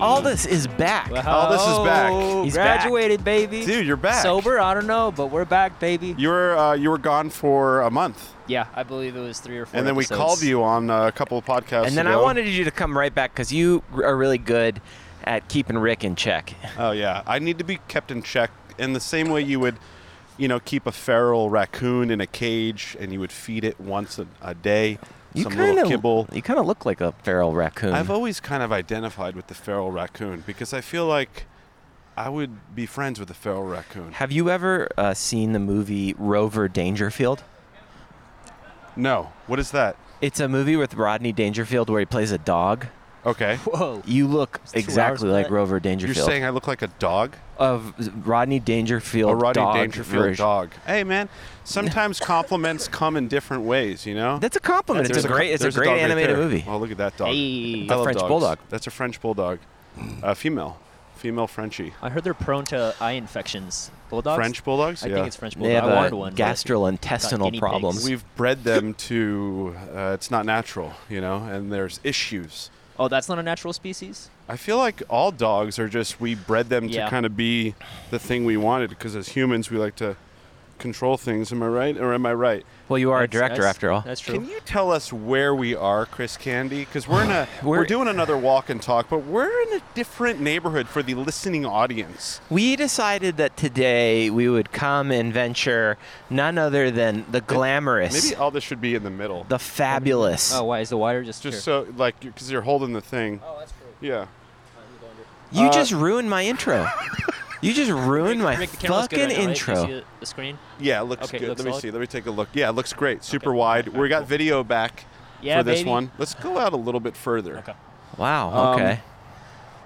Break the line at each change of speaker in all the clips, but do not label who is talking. All this is back.
All this is back.
Oh,
He's back.
graduated, baby.
Dude, you're back.
Sober, I don't know, but we're back, baby.
You were uh, you were gone for a month,
Yeah, I believe it was three or four.
and then we
episodes.
called you on uh, a couple of podcasts.
and then I
ago.
wanted you to come right back because you are really good at keeping Rick in check.
Oh yeah, I need to be kept in check in the same way you would, you know, keep a feral raccoon in a cage and you would feed it once a, a day
You
some
kind
little kibble.
of you kind of look like a feral raccoon.
I've always kind of identified with the feral raccoon because I feel like I would be friends with a feral raccoon.
Have you ever uh, seen the movie Rover Dangerfield?
No, what is that?
It's a movie with Rodney Dangerfield where he plays a dog.
Okay,
Whoa.
You look
two hours
exactly
of
like
that.
Rover
you're
Dangerfield.
saying I look like a dog,
of Rodney Dangerfield.
a Rodney
dog
Dangerfield
version.
dog. Hey man, sometimes compliments come in different ways, you know.
That's a compliment.
There's
it's a
co-
great. It's a
there's
great
dog right there.
animated movie.
Oh, look at that dog.
Hey.
I
A
love
French
dogs.
bulldog.
That's a French bulldog. Uh, female. Female Frenchie.
I heard they're prone to eye infections. Bulldogs?
French bulldogs?
I
yeah.
think it's French
They
bulldog.
have
I wanted
a
one. but got
gastrointestinal
guinea
problems.
pigs.
We've bred them to, uh, it's not natural, you know, and there's issues.
Oh, that's not a natural species?
I feel like all dogs are just, we bred them
Yeah.
to kind of be the thing we wanted because as humans, we like to control things. Am I right? Or am I right?
Well, you are a
That's-
director
that's-
after all.
That's true.
Can you tell us where we are, Chris Candy? Because we're in a we're,
We're-
doing another walk and talk, but we're in a different neighborhood for the listening audience.
We decided that today we would come and venture none other than the glamorous,
Maybe all this should be in the middle,
the fabulous.
oh, why? Is the wire just,
just
here?
so like because you're holding the thing. Oh, that's true. Yeah.
you
uh,
just ruined my intro. you just ruined my
Rick, the camera's
fucking
good right now, right? You
intro.
see the- the screen?
Yeah, it looks
Okay,
good.
looks
Let me
solid?
see. Let me take a look. Yeah, it looks great. Super
Okay.
wide.
Okay,
we got
cool.
video back
Yeah,
for this
baby.
one. Let's go out a little bit further.
Okay.
wow.
Um,
Okay.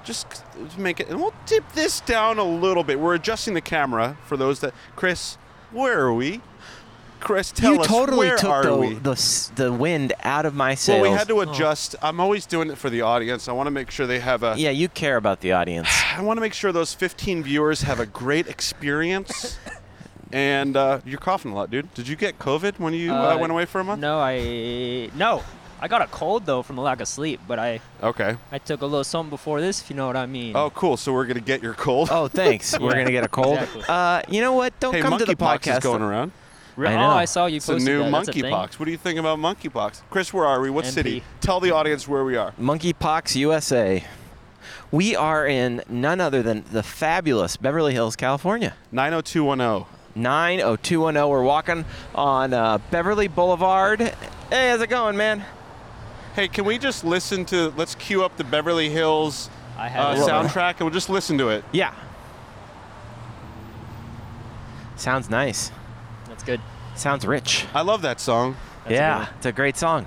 Just c- let's make it, and we'll dip this down a little bit. We're adjusting the camera for those that. Chris, where are we? Chris, tell
you
us
totally
where
took
are
the,
we?
the s- the wind out of my
well,
sails.
we had
Oh.
to adjust. I'm always doing it for the audience. I want to make sure they have a.
yeah, you care about the audience.
I want to make sure those 15 viewers have a great experience. and uh, you're coughing a lot, dude. Did you get COVID when you uh,
Uh,
went away for a month?
No, I. No. I got a cold, though, from the lack of sleep, but I,
Okay.
I took a little something before this, if you know what I mean.
Oh, cool. So we're gonna get your cold.
Oh, thanks. We're gonna get a cold.
exactly.
Uh, you know what? Don't
hey,
come to the
monkeypox
podcast.
is going around.
Re-
I
oh,
know.
I saw you
It's a
posted
new
that. That's a thing?
monkeypox. What do you think about monkeypox? Chris, where are we? What
MP.
city? Tell the audience where we are.
Monkeypox USA. We are in none other than the fabulous Beverly Hills, California.
90210.
90210. We're walking on uh, Beverly Boulevard. Hey, how's it going, man?
Hey, can we just listen to? Let's cue up the Beverly Hills
I
uh,
have it.
soundtrack, and we'll just listen to it.
Yeah. Sounds nice.
That's good.
Sounds rich.
I love that song.
That's a
yeah,
good
it's a great song.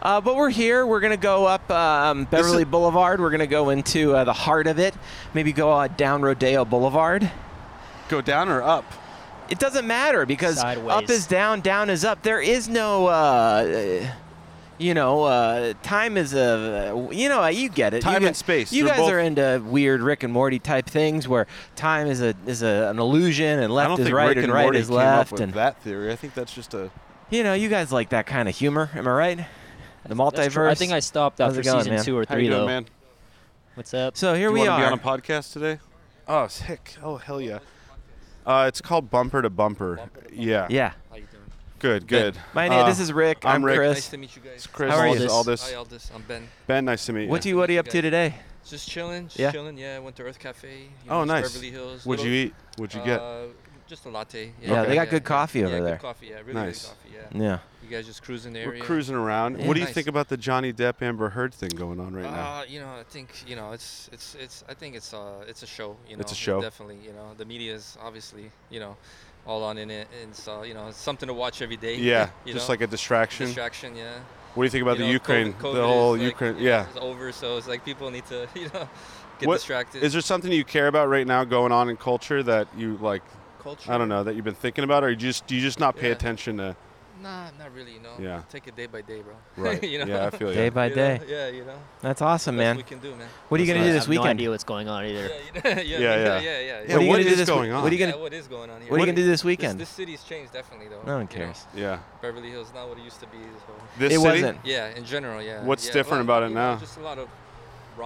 Uh, but we're here. We're going to go up um, Beverly
is-
Boulevard. We're going to go into uh, the heart of it. Maybe go uh, down Rodeo Boulevard.
Go down or up?
It doesn't matter because up
Sideways.
is down, down is up. There is no, uh, you know, uh, time is a, you know, you get it. You
Time and
get-
space,
You
they're
guys
both-
are into weird Rick and Morty type things where time is a is a, an illusion and
I
left
don't
is
think
right
Rick
and
and
right
Morty
is
came up
left
with
and
that theory. I think that's just a.
you know, you guys like that kind of humor. Am I right? The
That's
multiverse.
true. I think I stopped
How's it
after
going,
season
man?
two or
How
three,
you doing,
though.
man?
What's up?
So here
Do
we
you
are.
want to be on a podcast today? Oh, sick. Oh, hell yeah. Uh, it's called Bumper to Bumper. Yeah.
yeah.
How you doing?
Good, good.
My name.
Uh,
this is Rick.
I'm
I'm,
Rick.
Nice
Chris.
to meet you guys.
Chris
How are
Aldis,
you?
Aldis.
Hi, Aldis. I'm Ben.
Ben, nice to meet you.
What do you what are you up to today?
Just chilling. Just
Yeah.
chilling. Yeah, I went to Earth Cafe. You
Oh,
it's
nice.
Beverly Hills.
What'd you eat? What'd you get?
Uh, just a latte.
Yeah, they got good coffee
yeah,
over
good
there.
coffee. Yeah, really
Nice.
good coffee. Yeah.
Yeah.
You guys just cruising the
We're
area.
cruising around.
Yeah.
What do you
Nice.
think about the Johnny Depp Amber Heard thing going on right now?
Uh, you know, I think you know it's it's it's I think it's uh it's a show. You know,
It's a show.
Definitely. You know, the media is obviously you know all on in it, and so you know it's something to watch every day.
Yeah,
you
just
know?
like a distraction.
distraction. Yeah.
What do you think about
you
the
know,
Ukraine?
COVID- COVID
the whole
is, like,
Ukraine.
you know,
Yeah.
It's over, so it's like people need to, you know, get
What-
distracted.
Is there something you care about right now going on in culture that you like?
culture?
I don't know that you've been thinking about, or you just do you just not pay
Yeah.
attention to?
Nah, not really. No.
Yeah.
Take it day by day, bro.
Right.
you know.
Yeah, I feel you.
Day by
You
day.
know? Yeah, you know.
That's awesome,
That's what
man.
we can do, man.
What are you
That's
gonna do
nice.
this
I have no
weekend?
idea what's going on either.
Yeah, you know, yeah,
Yeah, yeah.
yeah, yeah, yeah.
Yeah,
what are you
what
gonna
is
do this
going
wee-
on?
What are you
Yeah,
gonna
what is going on here?
What are you gonna do this
This,
weekend?
this city's changed definitely, though.
No one
you know?
cares.
Yeah.
Beverly Hills not what it used to be. So.
This
it
city?
wasn't.
Yeah, in general, yeah.
What's
yeah.
different
well,
about it
you know,
now?
Just a lot of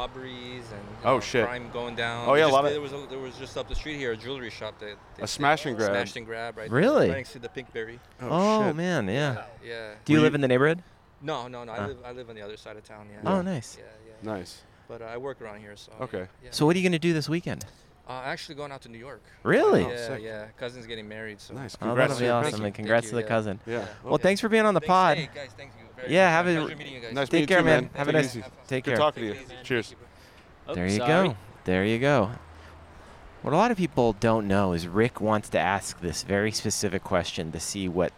robberies and you
Oh,
know,
shit.
crime going down.
Oh,
They
yeah, a
just-
lot of-
There was a, there was just up the street here a jewelry shop that they-
A smash and grab.
smashed and grab right
Really?
right next to the Pinkberry.
Oh,
shit.
man, yeah.
Yeah.
Do you
Were
live
you-
in the neighborhood?
No, no, no.
Ah.
I live I live on the other side of town. Yeah.
Oh, nice.
Yeah, yeah.
Nice.
But uh, I work around here, so.
Okay.
Yeah.
So what are you gonna do this weekend?
uh, actually going out to New York.
Really?
Oh,
yeah,
sick.
yeah. Cousin's getting married, so.
Nice.
Oh,
Congrats
that'll
to
be
your
awesome.
cousin.
And congrats
you,
to the
yeah.
cousin.
Yeah.
Yeah.
Well, thanks for being on the
Thanks-
pod.
Hey guys, thank you. Very
Yeah,
much.
have a-
Pleasure meeting you guys.
Nice
Take
meeting
care,
you,
man.
man.
Have a
Take it
nice.
easy.
Take
Good
care.
talking to you.
Take it easy.
Cheers.
Oh,
There you
sorry.
go. There you go. What a lot of people don't know is Rick wants to ask this very specific question to see what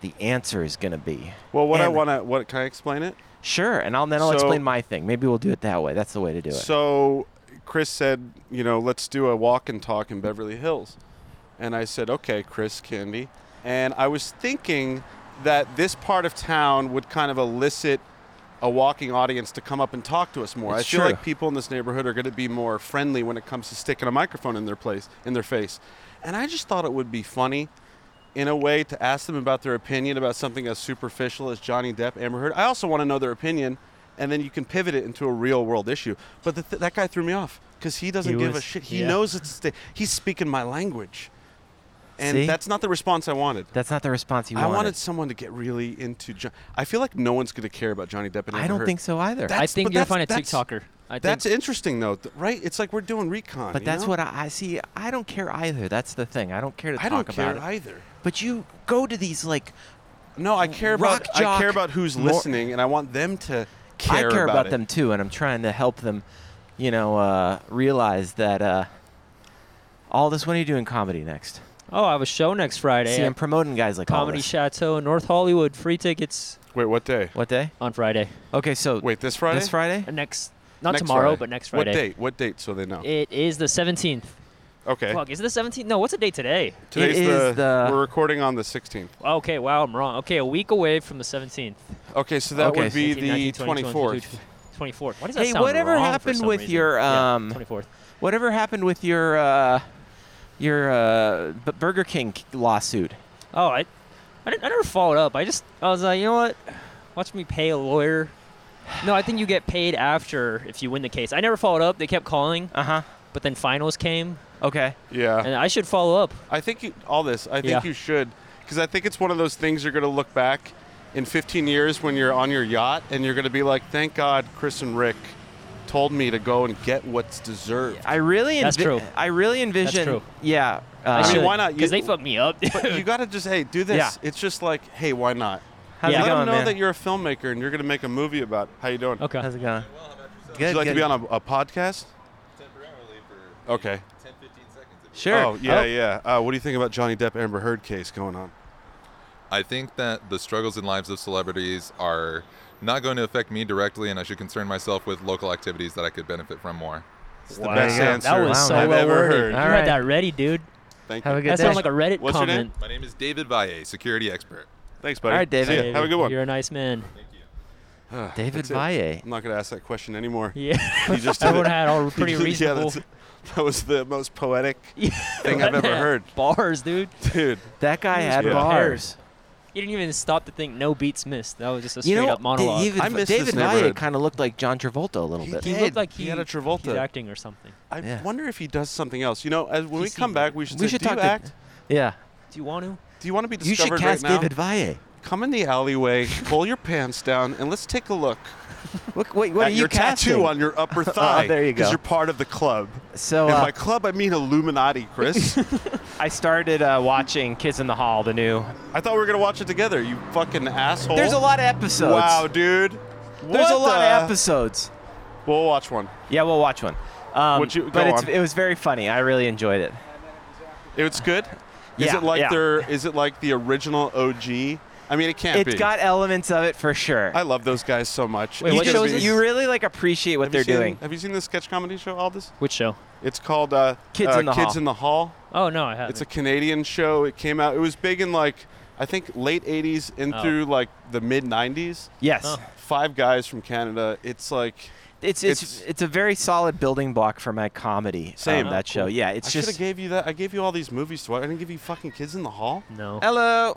the answer is going to be.
Well, what I
And-
want to what can I explain it?
Sure, and I'll then I'll
So-
explain my thing. Maybe we'll do it that way. That's the way to do it.
So Chris said, you know, let's do a walk and talk in Beverly Hills. And I said, okay, Chris Candy. And I was thinking that this part of town would kind of elicit a walking audience to come up and talk to us more.
It's
I feel
true.
like people in this neighborhood are going to be more friendly when it comes to sticking a microphone in their place, in their face. And I just thought it would be funny in a way to ask them about their opinion about something as superficial as Johnny Depp, Amber Heard. I also want to know their opinion, and then you can pivot it into a real world issue. But the th- that guy threw me off because he doesn't
He
give a
was-
shit. He
yeah.
knows it's sta- he's speaking my language, and
See?
that's not the response I wanted.
That's not the response you
I
wanted.
wanted someone to get really into. John- I feel like no one's going to care about Johnny Depp and Amber
I don't
Heard.
think so either.
That-
I
That's-
think
but
you'll find a
that's- that's-
TikToker. I
That's
think
interesting though, th- right? It's like we're doing recon.
but
you
that's
know?
what I, I see. I don't care either. That's the thing. I don't care to
I
talk
don't care
about it.
either.
but you go to these like
No, I care about
Rock
I care
jock
about who's
more-
listening, and I want them to care.
I care about,
it.
them too, and I'm trying to help them, you know, uh, realize that uh, all this. When are you doing comedy next?
Oh, I have a show next Friday.
See,
at
I'm promoting guys like all
Comedy
this.
Chateau in North Hollywood. Free tickets
Wait, what day?
What day?
on Friday.
Okay, so
Wait, this Friday.
this Friday.
Uh, Next, not
Next
tomorrow,
Friday.
but next Friday.
What date? What date? So they know.
It is the 17th.
okay.
Fuck, is it the 17th? No, what's the date today?
Today's
It
the,
is the-
We're recording on the 16th.
Okay, wow, I'm wrong. Okay, a week away from the 17th.
Okay, so that
Okay,
would be
18, 19,
the
20,
24th.
24th. Why does that
Hey,
sound
whatever
wrong for
happened
some
with
reason?
your,
Yeah,
um,
24th?
Whatever happened with your uh, your uh, B- Burger King lawsuit?
Oh, I, I, didn't, I never followed up. I just I was like, you know what? Watch me pay a lawyer. No, I think you get paid after if you win the case. I never followed up. They kept calling,
Uh huh.
but then finals came,
Okay.
Yeah.
and I should follow up.
I think you, all this, I think
Yeah.
you should, because I think it's one of those things you're going to look back in 15 years when you're on your yacht and you're going to be like, thank God Chris and Rick told me to go and get what's deserved.
I really.
That's
envi-
true.
I really envision.
true.
Yeah.
I
uh,
mean,
should,
why not? You-
Because they fucked me up.
But you got to just, hey, do this.
Yeah.
It's just like, hey, why not?
how's
Yeah.
it
Let
going,
them know
man?
that you're a filmmaker and you're going to make a movie about how you doing.
okay.
how's it going? Good.
Would you like
good.
to be on a, a podcast? Okay.
Sure.
Oh yeah, yeah. Uh, what do you think about Johnny Depp Amber Heard case going on?
I think that the struggles and lives of celebrities are not going to affect me directly, and I should concern myself with local activities that I could benefit from more.
It's
Wow.
the best
There you go.
answer
That was so
I've
well
ever
worded.
heard.
You
All right.
had that ready, dude.
Thank
Have
you.
a good
That
day.
sounds like a Reddit
What's your name?
comment.
My name is David Valle, security expert.
Thanks, buddy.
All right, David.
See ya.
Hey,
Have a good one.
You're a nice man.
Ah,
David
that's it.
Valle.
I'm not gonna ask that question anymore.
Yeah.
You just did
Everyone
it.
had all pretty
Yeah, that's-
reasonable
that was the most poetic thing
Yeah.
I've ever heard,
bars, dude.
dude.
That guy had
prepared.
bars.
You didn't even stop to think no beats missed. That was just a straight
You know,
up monologue.
did- even
I miss this
David Valle
neighborhood.
kind of looked like John Travolta a little bit.
He looked like he,
had a
he's
Travolta.
acting or something.
I
Yeah.
wonder if he does something else. You know, as, when
He
we come
seemed-
back, we should.
we
say,
should
do
talk
you
to-
act?
Yeah.
Do you want to?
Do you want to be
You
discovered
should cast
right now?
David Valle.
Come in the alleyway, pull your pants down, and let's take a look
What, wait,
at
what are you
your
casting? Oh,
tattoo on your upper thigh.
there you go.
Because you're part of the club.
So
And
uh,
by club, I mean Illuminati, Chris.
I started uh, watching Kids in the Hall, the new.
I thought we were gonna watch it together. You fucking asshole.
There's a lot of episodes.
Oh. Wow, dude.
There's
What
a lot
the-
of episodes.
We'll watch one.
Yeah, we'll watch one. Um,
Would you- go
but it's,
on.
it was very funny. I really enjoyed it.
It's good. is
Yeah,
it like
yeah.
their? Is it like the original OG? I mean, it can't
It's
be.
got elements of it for sure.
I love those guys so much.
Wait,
It's
you,
what
gonna
show
just,
is
be-
this?
you really like appreciate what
have
they're
you seen-
doing.
Have you seen the sketch comedy show? All this.
Which show?
It's called uh,
Kids
uh,
in the
Kids
Hall.
in the Hall.
Oh no, I haven't.
It's a Canadian show. It came out. It was big in like I think late '80s and
Oh.
through like the mid '90s.
Yes,
Oh.
Five guys from Canada. It's like
it's, it's it's
It's-
a very solid building block for my comedy.
Same.
um, that
Oh,
show.
cool.
Yeah, it's
I should
just
have gave you that. I gave you all these movies to watch. I didn't give you fucking Kids in the Hall.
no.
hello.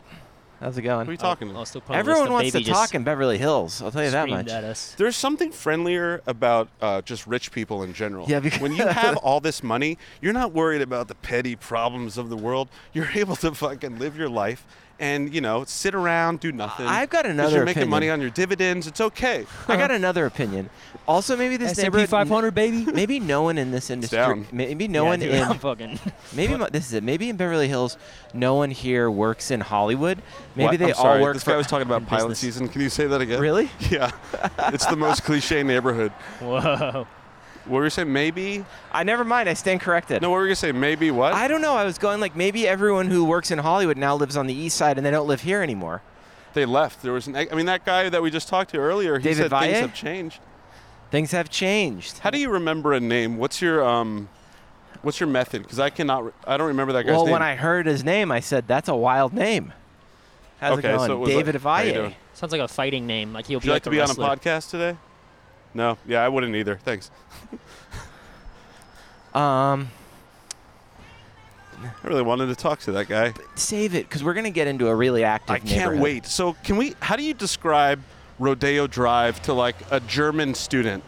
How's it
Who are you
going?
talking to?
I'll Oh, still probably
Everyone
list
wants
of
to
baby just
talk in Beverly Hills. I'll tell you that
screamed
much.
At us.
There's something friendlier about uh, just rich people in general.
Yeah, because-
when you have all this money, you're not worried about the petty problems of the world. You're able to fucking live your life and you know sit around, do nothing.
I've got
'Cause
another
You're making
opinion.
money on your dividends. It's okay.
I got another opinion. Also, maybe this
S&P
neighborhood-
500, baby.
Maybe no one in this industry.
down.
Maybe no
Yeah,
one
dude,
in.
I'm fucking.
Maybe mo- this is it. Maybe in Beverly Hills, no one here works in Hollywood. Maybe
What?
they
I'm
all
sorry.
work
This
for.
guy was talking about pilot
business.
season. Can you say that again?
Really?
Yeah. it's the most cliche neighborhood.
Whoa.
What were you saying? Maybe?
I never mind. I stand corrected.
No, what were you saying? Maybe what?
I don't know. I was going like maybe everyone who works in Hollywood now lives on the East Side and they don't live here anymore.
they left. There was an. e, I mean, that guy that we just talked to earlier. He
David
said
Valle?
things have changed.
Things have changed.
How do you remember a name? What's your um, what's your method? Because I cannot. Re- I don't remember that guy's
well,
name.
when I heard his name, I said that's a wild name. How's
Okay,
it
so
going,
it was
David
like- how you
Valle?
doing?
Sounds like a fighting name. Like he'll
Would
be
you like
like
to
a
be on a
wrestler.
podcast today? No. Yeah, I wouldn't either. Thanks.
Um,
I really wanted to talk to that guy.
save it because we're gonna get into a really active.
I can't
neighborhood.
wait. So, can we? How do you describe Rodeo Drive to like a German student?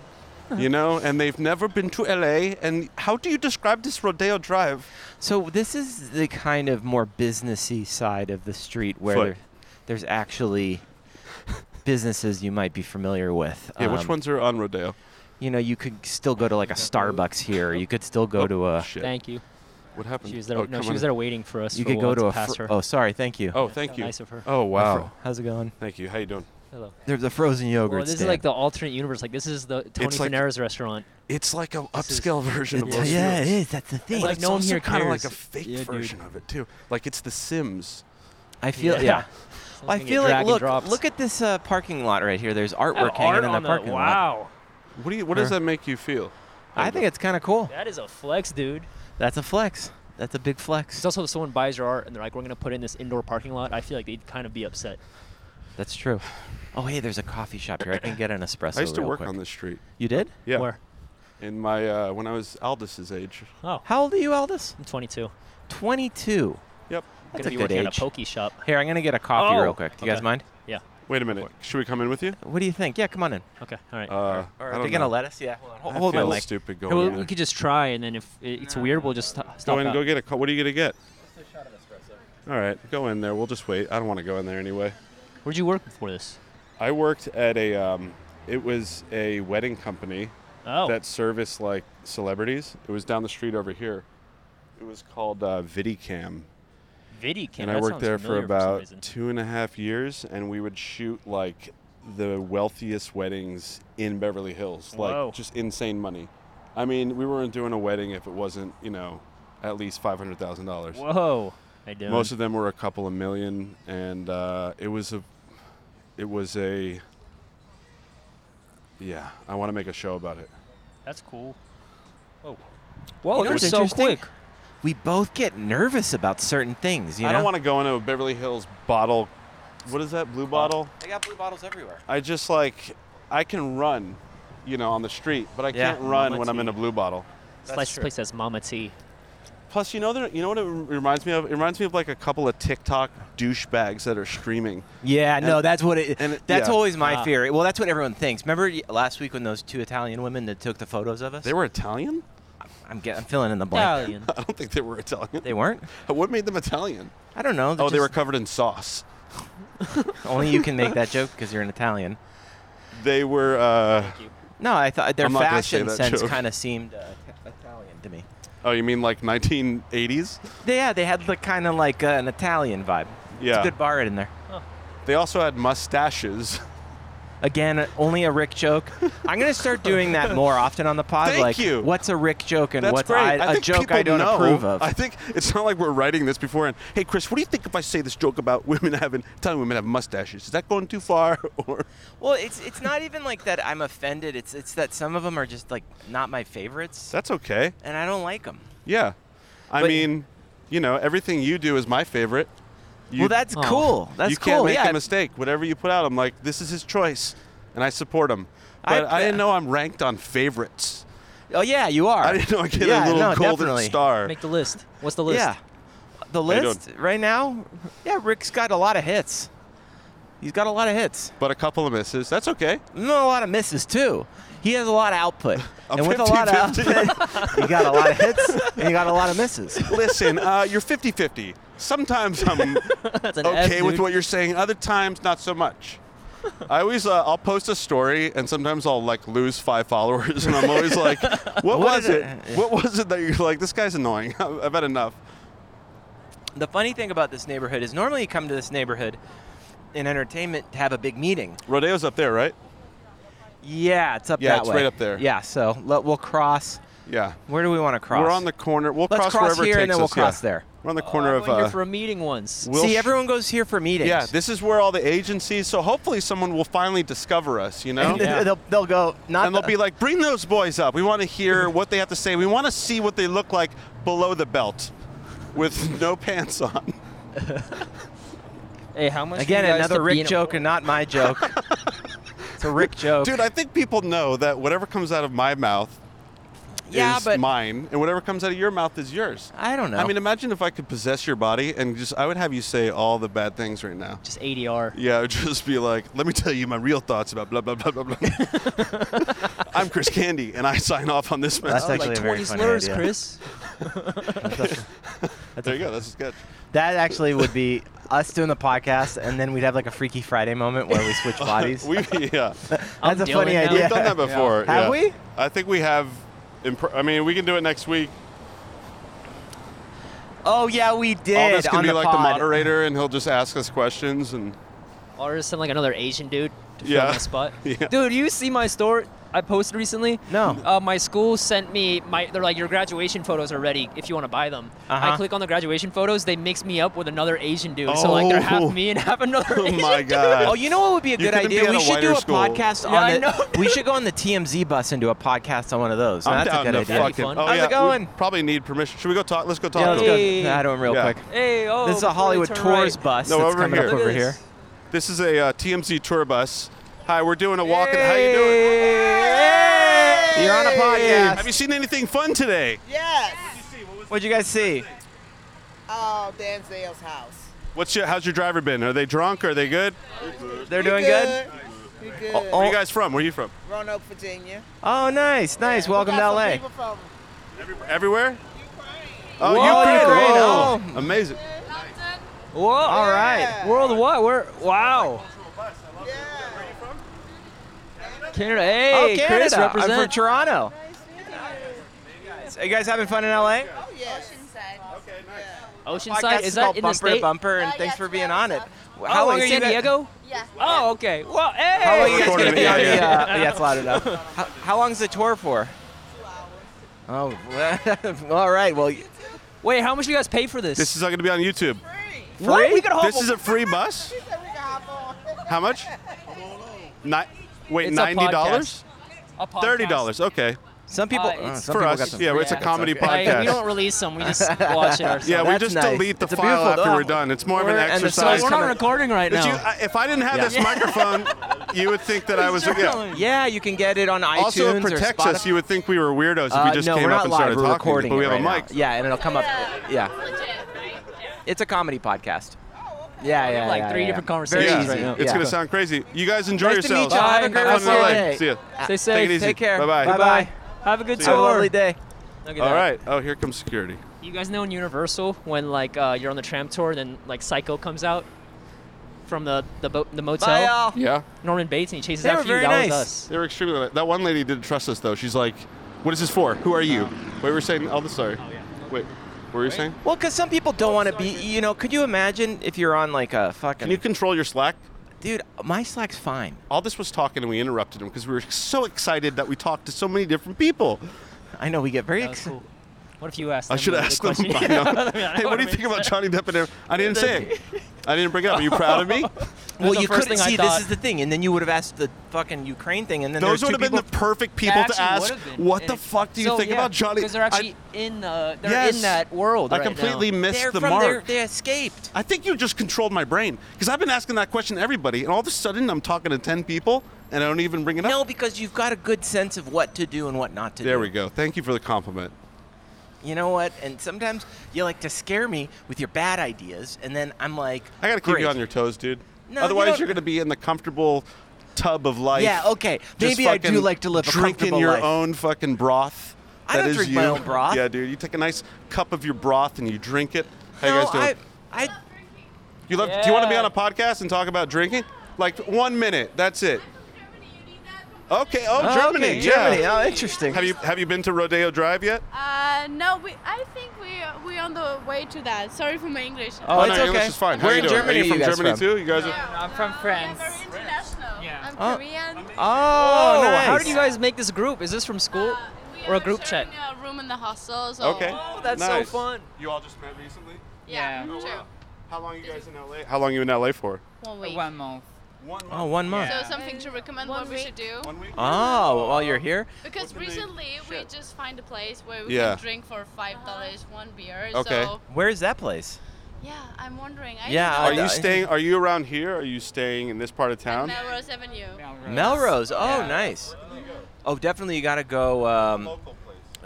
You know, and they've never been to LA. And how do you describe this Rodeo Drive?
So this is the kind of more businessy side of the street where
Foot.
there- there's actually businesses you might be familiar with.
Yeah, which
Um,
ones are on Rodeo?
You know, you could still go to like a Starbucks here. You could still go to uh, a.
Oh, Shit.
Thank you.
What happened?
She was there.
Oh,
no,
come
she
on
was
in.
there waiting for us.
You
for
could go
once
to a.
pass
fr-
her.
Oh, sorry. Thank you.
Oh, thank you.
Nice of her.
Oh,
My
wow.
fr- How's it going?
Thank you. How you doing?
Hello.
There's a frozen yogurt
Well, this is
stand.
like the alternate universe. Like this is the Tony
like-
Finera's restaurant.
It's like an
is-
upscale version of
It's-
Los
yeah,
Feliz.
it is. That's the thing.
like
But
no one here
kind of like a
cares.
fake
Yeah, dude.
version of it too. Like it's The Sims.
I feel. Yeah. Well, I
Someone's gonna
feel
get
like
drag and
look.
dropped.
Look at this uh, parking lot right here. There's
I have
artwork
art
hanging in
on
the parking lot.
Wow.
What do you? What does
Sure.
that make you feel?
I think it's kind of cool.
That is a flex, dude.
That's a flex. That's a big flex.
It's also if someone buys your art and they're like, we're gonna put in this indoor parking lot. I feel like they'd kind of be upset.
That's true. Oh, hey, there's a coffee shop here. I can get an espresso.
I used to
real
work
quick.
on this street.
You did?
Yeah.
Where?
In my uh, when I was Aldis's age.
Oh,
How old are you, Aldous?
I'm 22.
22.
Yep.
I'm
That's
gonna
a
be
good
working at
age.
a pokey shop.
Here, I'm gonna get a coffee
Oh,
real quick. Do you guys
okay.
mind?
Yeah.
Wait a minute. Should we come in with you?
What do you think? Yeah, come on in.
Okay. All right.
Uh, are
Are they gonna let us? Yeah. Hold on. Hold, hold
I
my
feel
mic.
stupid
Hey, well,
going.
we
in there.
could just try, and then if it- it's weird, we'll just st- stop.
Go in.
out.
Go get a. Co- what are you gonna get? All right, go in there. We'll just wait. I don't want to go in there anyway.
Where'd you work before this?
I worked at a. Um, it was a wedding company
Oh,
that serviced like celebrities. It was down the street over here. It was called uh, Vidicam.
Vidicam.
and I
that
worked
sounds
there for
familiar some
about
reason.
two and a half years, and we would shoot like the wealthiest weddings in Beverly Hills, like
Whoa.
just insane money. I mean, we weren't doing a wedding if it wasn't, you know, at least five hundred thousand dollars.
Whoa. Oh, I do.
Most of them were a couple of million, and uh, it was a, it was a. Yeah, I want to make a show about it.
That's cool.
You
Whoa,
know
you're
what's
so
interesting?
quick.
We both get nervous about certain things. You
I
know.
don't want to go into a Beverly Hills bottle. What is that
Oh.
blue bottle?
They got blue bottles everywhere.
I just like I can run, you know, on the street, but I
Yeah.
can't run
Mama
when I'm in
T.
a blue bottle.
Slice this place says Mama T.
Plus, you know, there, you know what it reminds me of? It reminds me of like a couple of TikTok douchebags that are streaming.
Yeah, no, that's what it.
and it-
that's
yeah.
always my
Ah.
fear. Well, that's what everyone thinks. Remember y- last week when those two Italian women that took the photos of us?
They were Italian?
I'm, get, I'm filling in the blank.
Italian.
I don't think they were Italian. Uh,
They weren't.
what made them Italian?
I don't know.
Oh, they were
just-
covered in sauce.
Only you can make that joke because you're an Italian.
They were. Uh,
No, I thought their
I'm not gonna say
fashion
that
sense
joke.
kind of seemed uh, Ita- Italian to me.
oh, you mean like 1980s?
They, yeah, they had the kind of like uh, an Italian vibe. It's
Yeah.
a good bar in there.
They also had mustaches.
Again, uh, only a Rick joke. I'm gonna start doing that more often on the pod.
Thank
like,
you.
what's a Rick joke and
That's
what's
great.
I-
I
a
think
joke I
people
don't
know.
approve of?
I think it's not like we're writing this before. And hey, Chris, what do you think if I say this joke about women having telling women have mustaches? Is that going too far? Or
well, it's it's not even like that. I'm offended. It's it's that some of them are just like not my favorites,
that's okay.
and I don't like them.
Yeah, I
But-
mean, you know, everything you do is my favorite. You,
well, that's
Aw.
cool. That's
you
cool.
can't make
yeah.
a mistake. Whatever you put out, I'm like, this is his choice, and I support him.
I- uh,
But I, didn't know I'm ranked on favorites.
Oh yeah, you are.
I didn't know I get a
yeah,
little
no,
golden
definitely.
star.
Make the list. What's the list?
Yeah. the
How you doing?
list right now, yeah, Rick's got a lot of hits. He's got a lot of hits. Mm.
But a couple of misses. That's okay.
And a lot of misses too. He has a lot of output,
A
and with a lot of
50-50.
output, you got a lot of hits and you got a lot of misses.
Listen, uh, you're 50 50. Sometimes I'm
That's an F,
okay with
dude.
what you're saying, other times, not so much. I always, uh, I'll post a story, and sometimes I'll like lose five followers, and I'm always like, "What,
What
was
is
it?
it?"
What was it that you're like? This guy's annoying. I've had enough."
The funny thing about this neighborhood is normally you come to this neighborhood in entertainment to have a big meeting.
Rodeo's up there, right?
Yeah, it's up
Yeah,
that
it's
way.
right up there.
Yeah, so let, we'll cross.
Yeah.
Where do we want to cross?
We're on the corner. We'll
Let's
cross,
cross
wherever it
here and
takes
then we'll
us,
cross
yeah.
there.
We're on the
Oh,
corner
I
of.
went
Uh,
here for a meeting once.
Wil-
See, everyone goes here for meetings.
yeah, this is where all the agencies. So hopefully, someone will finally discover us. You know.
And they'll, they'll go. Not
and they'll
the-
be like, "Bring those boys up. We want to hear what they have to say. We want to see what they look like below the belt, with no pants on."
Hey, how much? do
Again,
you guys
another
to be
Rick
in-
joke and not my joke. it's a Rick joke.
Dude, I think people know that whatever comes out of my mouth
yeah,
is
but
mine, and whatever comes out of your mouth is yours.
I don't know.
I mean, imagine if I could possess your body and just I would have you say all the bad things right now.
Just ADR.
Yeah, it would just be like, let me tell you my real thoughts about blah blah blah blah blah. I'm Chris Candy, and I sign off on this
That's
message.
actually a very funny
slurs,
idea.
Chris.
there you go. That's good.
That actually would be us doing the podcast, and then we'd have like a Freaky Friday moment where we switch bodies.
We yeah,
I'm
That's a funny
Dylan now.
idea.
we've done that before.
Have
yeah.
we?
I think we have. Imp- I mean, we can do it next week.
Oh yeah, we did.
All this can
on
be
the
like the
pod.
moderator, and he'll just ask us questions and.
Or just send like another Asian dude to fill
Yeah.
my spot.
Yeah.
Dude, you see my story I posted recently?
No.
Uh, my school sent me my. They're like your graduation photos are ready if you want to buy them.
Uh-huh.
I click on the graduation photos. They mix me up with another Asian dude. So like they're
Oh.
half me and half another.
Oh
Asian
my
dude.
god.
Oh, you know what would be a
You
good
couldn't be
idea?
at
we
a
should do
wider
a
school.
podcast
Yeah,
on
I
the.
know.
We should go on the TMZ bus and do a podcast on one of those.
I'm
Now, that's
down
a good
to
idea.
fucking.
fun.
Oh,
How's
yeah,
it
we
going?
Probably need permission. Should we go talk? Let's go talk.
Yeah,
to
let's
him.
Hey.
go. I do real
Yeah.
quick.
Hey, oh.
This is a
before they
Hollywood
turn
tours
right.
bus
No,
that's
over
coming
here.
up
Look at
over
this.
here.
This is a uh, TMZ tour bus. Hi, we're doing a walk. And how you doing?
You're on a podcast.
Have you seen anything fun today?
Yes.
What'd you guys see?
Oh, Danzel's house.
What's your? How's your driver been? Are they drunk? Are they good?
They're doing good.
You're good.
Where are you guys from? Where are you from?
Roanoke, Virginia.
Oh, nice, nice.
We
Welcome
got some
to LA.
people from
Everywhere? Oh,
Whoa, Oh. Ukraine,
Whoa. Amazing.
Whoa. All
right.
Worldwide. We're wow.
Yeah.
Canada. Hey,
oh, Canada.
Chris, represent.
I'm from Toronto. Are you guys having fun in LA?
Oh, yes.
Oceanside.
Podcast
Is
called
that
Bumper
in the state?
to Bumper, and
Uh,
thanks
yeah,
for
it's
being
right
on it.
outside.
How
oh,
long
in
are you
San
guys-
Diego?
Yeah.
Oh, okay. Well, hey.
How long are Oh, you guys
Recording
gonna
it,
be
yeah,
on the?
yeah.
Uh, yeah, it's loud enough. How, how long's the tour for? Two hours. Oh, all right. Well, y-
Wait, how much do you guys pay for this?
This is not going to be on YouTube.
What? We could hop
This is a free bus.
She said we can hop on.
How much? Ni- wait,
It's a
ninety dollars?
a podcast.
Thirty dollars. Okay,
some people.
Uh,
uh,
it's
some
for
people got
us.
some
Yeah,
free
it's a
tickets,
comedy
okay.
Like, we
podcast.
don't release them. We just watch it ourselves.
Yeah, we
that's
just
nice.
delete the
It's a
file
beautiful
after we're
dog.
done. It's more of an
We're- and the
exercise.
sun's
we're
coming-
not
kinda-
recording right
Did you-
now.
I- if I didn't have
Yeah.
this microphone, you would think that I was. Yeah.
Yeah, you can get it on iTunes
Also, it
or
protects
Spotify.
us. You would think we were weirdos if
Uh,
you just
no,
came
we're
up
not
and
live.
started
we're
talking.
recording
but we
it
have a
right
mic.
now. Yeah, and it'll come up. Yeah,
Legit, right? Yeah.
it's a comedy podcast. Yeah, yeah,
Like
yeah,
three
yeah,
different
yeah.
conversations
Very
Yeah,
easy.
right now.
it's gonna sound crazy. You guys enjoy
Nice to meet
yourselves.
y'all. Have a
Bye.
great
Have
rest of
fun
your
in LA.
day.
See ya.
Stay safe.
Take it easy.
Take care.
Bye-bye.
Bye bye.
Have a good
Have a
tour.
lovely day.
Look at
All
that.
right. Oh, here comes security.
You guys know in Universal when like uh, you're on the tram tour, then like Psycho comes out from the the, bo- the motel.
Bye, y'all.
Yeah.
Norman Bates and he chases
They were
after you.
very
That
nice.
was us.
They were extremely. Li- that one lady didn't trust us though. She's like, "What is this for? Who are you?" Wait, we were saying. Oh, this sorry. Wait, what were you saying?
Well, because some people
Oh,
don't want to be, you know, could you imagine if you're on like a fucking.
Can you control your Slack?
dude, my Slack's fine.
All this was talking, and we interrupted him because we were so excited that we talked to so many different people.
I know we get very
That was
excited.
cool. What if you asked?
I
them
should
the
have asked them.
question?
I
Yeah,
know. hey,
yeah,
what do you
would've
think
been
about Johnny Depp and? Every- I didn't say it. I didn't bring it up. Are you proud of me?
Well,
the
you
first
couldn't
thing I
see. This
thought.
is the thing, and then you would have asked the fucking Ukraine thing, and then
Those
there's
would
two
have been the
people-
perfect
That
people to
actually
ask.
would've been
What
in
the
it.
fuck do you
So,
think
yeah,
about Johnny?
Because they're
I-
actually in the they're
Yes.
in that world.
I
right now.
completely missed
They're
the
from
mark.
their- They escaped.
I think you just controlled my brain because I've been asking that question to everybody, and all of a sudden I'm talking to 10 people and I don't even bring it up.
No, because you've got a good sense of what to do and what not to do.
There we go. Thank you for the compliment.
you know what? And sometimes you like to scare me with your bad ideas, and then I'm like,
I gotta keep
great.
you on your toes, dude.
No, you
Otherwise,
don't-
you're gonna be in the comfortable tub of life.
Yeah, okay.
just
Maybe I do
fucking
like to live a
drinking
comfortable
your
life.
own fucking broth.
I
That
don't
is
drink my
you.
own broth.
Yeah, dude. You take a nice cup of your broth and you drink it. How you
No,
guys doing?
I, I,
you love, Do you want to be
Yeah.
on a podcast and talk about drinking? Like one minute. That's it. Okay. Oh,
Oh,
Germany.
okay,
yeah.
Germany. Oh, interesting.
Have you have you been to Rodeo Drive yet?
Uh, no, we. I think we we're on the way to that. Sorry for my English.
Oh, it's
no,
okay.
English is fine. How
Where
you
in
doing?
Germany
are
are
you from
you guys
Germany
from?
too? You guys are.
I'm
from France.
very international.
Yeah.
I'm
Oh.
Korean.
Oh,
Whoa,
How
nice.
did you guys make this group? Is this from school
Uh, we
or a
are
group chat?
sharing A uh, room in the hostel. So
Okay.
Oh, that's so
Nice.
fun.
You all just met recently.
Yeah.
Oh,
True.
wow. How long you guys in LA? How long you in LA for?
One week.
One month.
One
oh, one month.
So something to recommend
One
what we
week.
should do.
One week.
Oh, while you're here?
Because recently we just find a place where we
Yeah.
can drink for five
Uh-huh.
dollars one beer.
Okay.
So
Where is that place?
yeah, I'm wondering. I
Yeah,
Are
Don't know.
you staying? Are you around here? Are you staying in this part of town?
Melrose Avenue.
Melrose. Oh, nice. Oh, definitely you got to go um,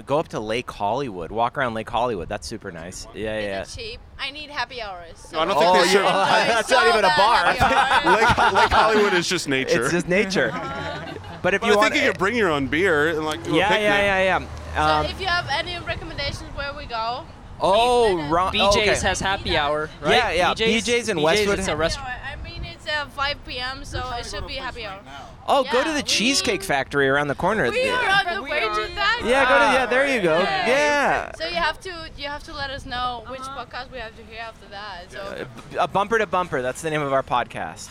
go up to Lake Hollywood. Walk around Lake Hollywood. That's super nice. Yeah, yeah.
Is it cheap? I need happy hours. So
No, I don't think they serve-
enjoy
That's
so
not even a
bad
bar.
happy hours.
Lake, Lake Hollywood is just nature.
It's just nature. but if
But
you
I
want
think you could bring your own beer and like do a
Yeah,
picnic.
yeah, yeah, yeah. Um,
so if you have any recommendations where we go,
oh,
BJ's
Uh,
wrong.
BJ's
okay.
has happy hour, right?
Yeah, yeah, BJ's in Westwood.
It's a restaurant.
No, I mean it's uh, 5 p.m. so it should be happy hour.
Oh, go to
Yeah,
the
we-
Cheesecake Factory around the corner.
We are on the
We
way
are-
to that.
yeah, go to yeah. There you go.
Yay.
Yeah.
So you have to you have to let us know which
Uh-huh.
podcast we have to hear after that. So
Uh, A bumper to bumper. That's the name of our podcast.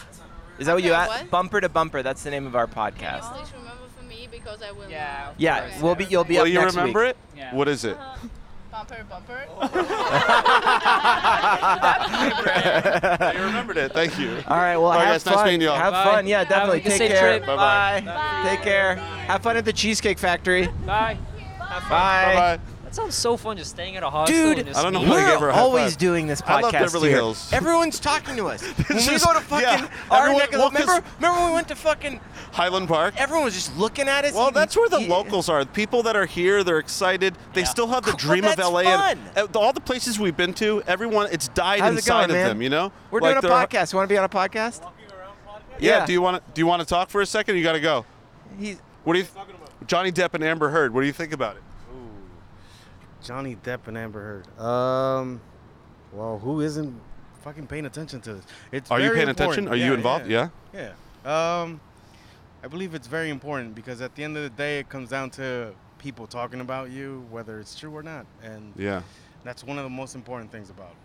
Is that what you
Okay,
asked?
what?
Bumper to bumper. That's the name of our
can you
podcast.
please remember for me because I will.
Yeah,
not.
of
Yeah,
Okay.
we'll be. You'll be
Will
up
you
next
remember
week.
it?
Yeah.
What is it?
Uh-huh. Bumper bumper.
you remembered it. Thank you.
All right. Well,
All right,
have
guys, nice
fun.
meeting you all.
Have
Bye.
fun. Yeah,
Have a
definitely.
good
Take
safe
care.
trip.
Bye.
Bye.
Take care. Have fun at the Cheesecake Factory.
Bye.
Bye.
Bye bye.
That sounds so fun, just staying at a hostel.
Dude,
and just
I don't know
meeting.
why I
We're
gave her a high
always
five.
doing this podcast
I love Beverly
here.
Hills.
Everyone's talking to us. when we
just-
go to fucking
yeah,
our
everyone-
neck of the-
well, 'cause-
remember, remember when we went to fucking.
Highland Park.
Everyone was just looking at us.
Well,
and-
that's where the
Yeah.
locals are. The people that are here, they're excited. They still have the
Cool,
dream
that's
of LA.
fun.
And uh, all the places we've been to, everyone, it's died
How's it
inside
going,
of
man?
them. You know,
We're
Like,
doing a
they're-
podcast. You want to be on a podcast?
Yeah.
Yeah.
Do you want to? Do you want to talk for a second? Or you got to go.
He's,
What do you? Johnny Depp and Amber Heard. What do you think about it?
Johnny Depp and Amber Heard. Um, well, who isn't fucking paying attention to this? It's
Are you
very
paying
important.
attention? Are you involved? Yeah.
Yeah. yeah. Um, I believe it's very important because at the end of the day, it comes down to people talking about you, whether it's true or not, and
Yeah.
that's one of the most important things about. It.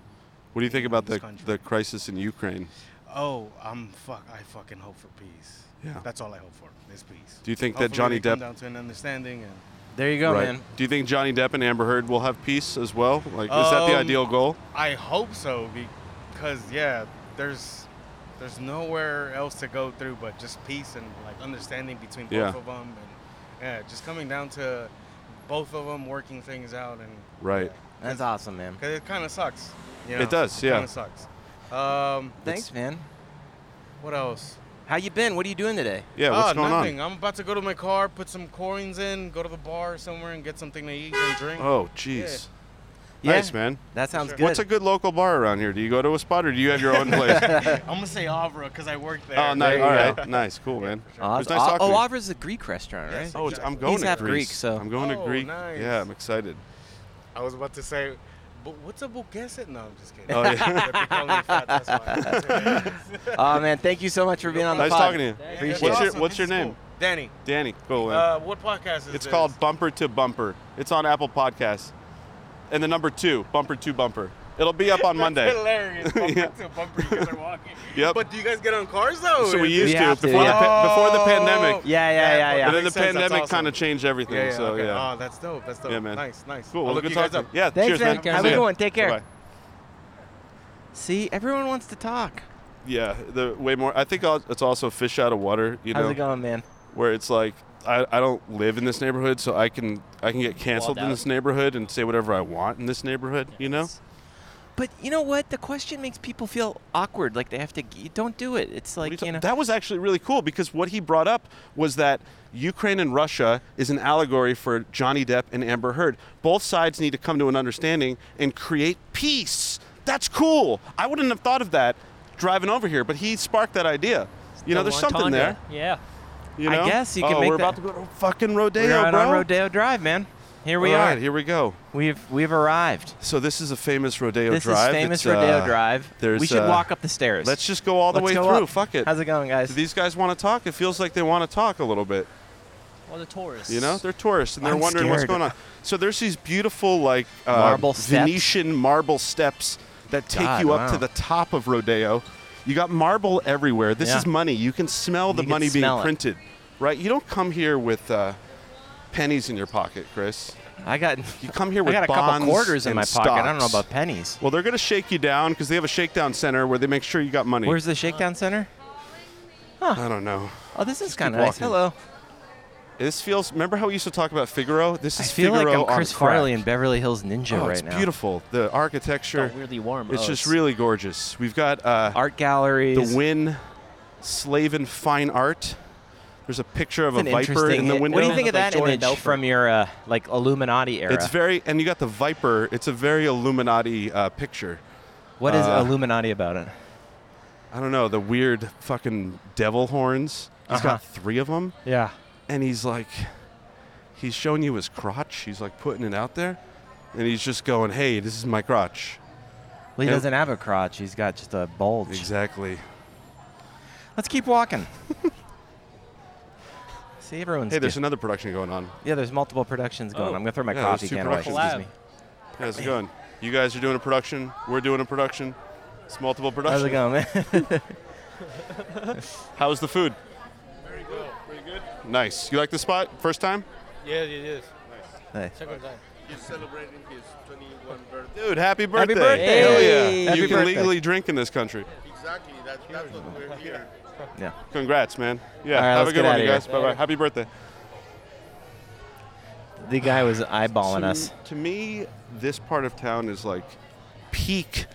What do you think about the
This country.
the crisis in Ukraine?
Oh, I'm fuck. I fucking hope for peace.
Yeah.
That's all I hope for is peace.
Do you think that
Hopefully
Johnny
they come
Depp-
down to an understanding and.
there you go,
right.
man.
Do you think Johnny Depp and Amber Heard will have peace as well? Like, is that the
Um,
ideal goal?
I hope so because yeah, there's there's nowhere else to go through but just peace and like understanding between both
Yeah.
of them and yeah, just coming down to both of them working things out and
Right.
That's awesome, man.
because it kind of sucks. You
It
know?
does, yeah.
Kind of sucks. Um,
Thanks, man.
What else?
How you been? What are you doing today?
Yeah. What's
oh,
going
nothing. I'm about to go to my car, put some coins in, go to the bar somewhere and get something to eat and drink.
on? Oh, jeez. Nice, man.
That sounds good.
What's a good local bar around here? Do you go to a spot or do you have your own place?
I'm gonna say Avra because I work there.
oh, nice.
you
All
go.
right. Nice. Cool, man.
Oh,
It was nice talking to
oh,
you.
Avra's a Greek restaurant, right?
Yes.
Oh, it's- I'm going
He's
to
half
Greece.
Greek, so-
I'm going
Oh,
to Greek.
nice.
Yeah, I'm excited.
I was about to say, but what's a bouquet? No, I'm just kidding.
Oh, yeah.
If they call me fat, that's why.
Oh, man, thank you so much for being on the
nice
pod.
talking to you.
Appreciate
what's
it.
your What's your
This is
name?
cool. Danny.
Danny. Cool, man.
Uh, what podcast is
it's
this?
called Bumper to Bumper. It's on Apple Podcasts. And the number two, Bumper to Bumper. It'll be up on Monday.
Hilarious. Bumper
Yeah.
to bumper, you guys are walking.
Yep.
But do you guys get on cars though?
So we
Is
used
You
to,
have to,
before, the,
yeah.
pa- before the pandemic.
Yeah, yeah, yeah, yeah.
And then the
Makes sense, that's
pandemic
awesome.
kind of changed everything.
Yeah, yeah,
so
okay.
yeah.
Oh, that's dope. That's dope.
Yeah, man.
Nice, nice.
Cool.
I'll
Well,
look
good
you guys
talking.
up.
Yeah.
Thanks,
cheers,
man.
man.
Have
See
a
ya.
good one. Take care.
Bye-bye.
See, everyone wants to talk.
Yeah, the way more. I think al- it's also fish out of water. You
How's
know,
it going, man?
where it's like I, I don't live in this neighborhood, so I can I can get canceled in
out.
this neighborhood and say whatever I want in this neighborhood. You know,
But you know what? The question makes people feel awkward, like they have to. g- Don't do it. It's
What are you
like
talking-
you know.
That was actually really cool because what he brought up was that Ukraine and Russia is an allegory for Johnny Depp and Amber Heard. Both sides need to come to an understanding and create peace. That's cool. I wouldn't have thought of that driving over here, but he sparked that idea. You know,
The
there's something there.
entendre. Yeah.
You
I
know?
guess you can
oh,
make
we're about
that-
to go to fucking Rodeo,
We're out
bro.
on Rodeo Drive, man. Here we
All
are.
right, here we go.
We've we've arrived.
So this is a famous Rodeo
this
Drive.
is famous
It's,
Rodeo
uh,
Drive.
there's,
we should
uh,
walk up the stairs.
Let's just go all the
Let's
way
go
through.
up.
Fuck it.
How's it going, guys?
Do these guys want to talk? It feels like they want to talk a little bit.
All the tourists.
You know, they're tourists and they're
I'm
wondering what's
scared.
going on. So there's these beautiful like uh,
Marble steps.
Venetian marble steps that take
God,
you up
wow.
to the top of Rodeo. You got marble everywhere. This
Yeah.
is money. You can smell the
You can
money
smell
being
it.
printed, right? You don't come here with uh, pennies in your pocket, Chris.
I got
You come here
I
with
got a
bonds
couple quarters in
and
my pocket. I don't know
stocks.
about pennies.
Well, they're gonna shake you down because they have a shakedown center where they make sure you got money.
Where's the shakedown center?
I don't know.
Oh, this is kind
keep
of nice.
walking.
Hello.
This feels. Remember how we used to talk about Figaro? This
I
is
feel
Figaro
like I'm
on
Chris
crack.
Farley in Beverly Hills Ninja
Oh,
right
it's
now.
beautiful. The architecture.
Felt weirdly warm.
It's
Oh,
just really gorgeous. We've got uh,
Art galleries.
the Wynn Slavin Fine Art. There's a picture of
It's an
a viper
interesting
in the
hit.
window.
What do you think of
Like
that
Jordan
image
Belfort.
from your uh, like Illuminati era?
It's very, and you got the viper. It's a very Illuminati uh, picture.
what is
uh,
Illuminati about it?
I don't know the weird fucking devil horns. He's
Uh-huh.
got three of them,
Yeah.
and he's like, he's showing you his crotch. He's like putting it out there, and he's just going, "Hey, this is my crotch."
Well, he
Yeah.
doesn't have a crotch. He's got just a bulge.
Exactly.
Let's keep walking. See, everyone's.
Hey, there's
good.
another production going on.
yeah, there's multiple productions going.
Oh.
I'm gonna throw my
Yeah, there's
coffee
two
can away.
productions.
Excuse me.
How's it going? You guys are doing a production. We're doing a production. It's multiple productions.
How's it going, man?
How was the food? Very good. Pretty good. Nice. You like this spot? First time?
Yeah, it is.
Hey.
Second time.
He's celebrating his 21 birthday.
Dude, happy birthday.
Happy birthday.
Hell yeah.
Hey.
you
Happy
can
birthday.
legally drink in this country.
Exactly. That's, that's what we're here.
Congrats, man. Yeah,
All right,
have
let's
a good
get
one,
outta
you
here.
guys. Bye bye. Happy birthday.
the guy was eyeballing
to,
us.
to me, this part of town is like peak,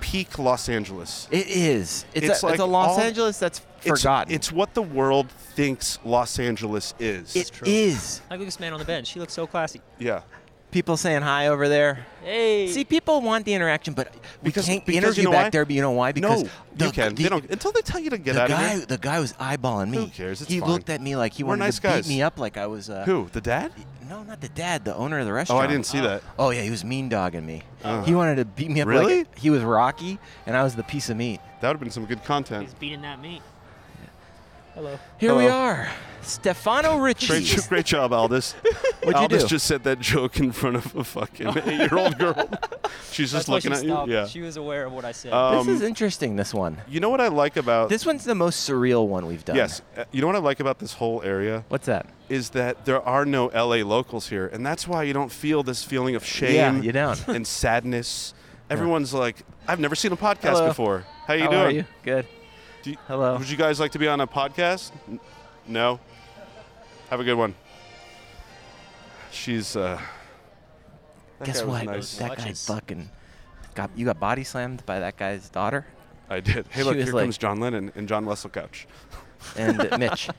peak Los Angeles.
It is. It's,
It's
a, it's
like
a Los
all-
Angeles that's
It's-
forgotten.
It's, what the world thinks Los Angeles is.
It is.
Like this man on the bench. He looks so classy.
yeah.
People saying hi over there.
Hey.
See, people want the interaction, but we
Because-
can't
because
interview
you know
back
why?
there. But you know why? Because
no,
the,
you can.
The,
they don't, until they tell you to get
the
out
guy,
of here.
the guy was eyeballing me.
Who cares? It's
he
fine.
looked at me like he
We're
wanted
nice
to beat
guys.
me up, like I was. Uh,
Who? The dad?
No, not the dad. The owner of the
Oh,
restaurant.
I didn't see that.
Oh yeah, he was mean dogging me.
Oh.
He wanted to beat me up.
Really?
Like he was Rocky, and I was the piece of meat.
That would have been some good content.
beating that meat. Hello.
Here we
Hello.
are, Stefano Ricci.
Great, jo- great job, Aldis.
What'd you
Aldis
do?
just said that joke in front of a fucking eight-year-old girl. She's just
That's why
looking
she
at
stopped.
you. Yeah.
She was aware of what I said.
Um,
this is interesting. This one.
you know what I like about
This one's the most surreal one we've done.
Yes, uh, you know what I like about this whole area
What's that?
is that there are no LA locals here, and that's why you don't feel this feeling of shame
Yeah, you don't.
and sadness. Everyone's like, "I've never seen a podcast
Hello.
before. How you
How
doing?
are you? Good.
Do you-
Hello.
Would you guys like to be on a podcast? N- No. Have a good one. She's. uh that
Guess
guy was
what?
nice.
That guy fucking got you got body slammed by that guy's daughter
I did. Hey,
She
look!
was
Here
like-
comes John Lennon and John Wessel Couch.
and Mitch.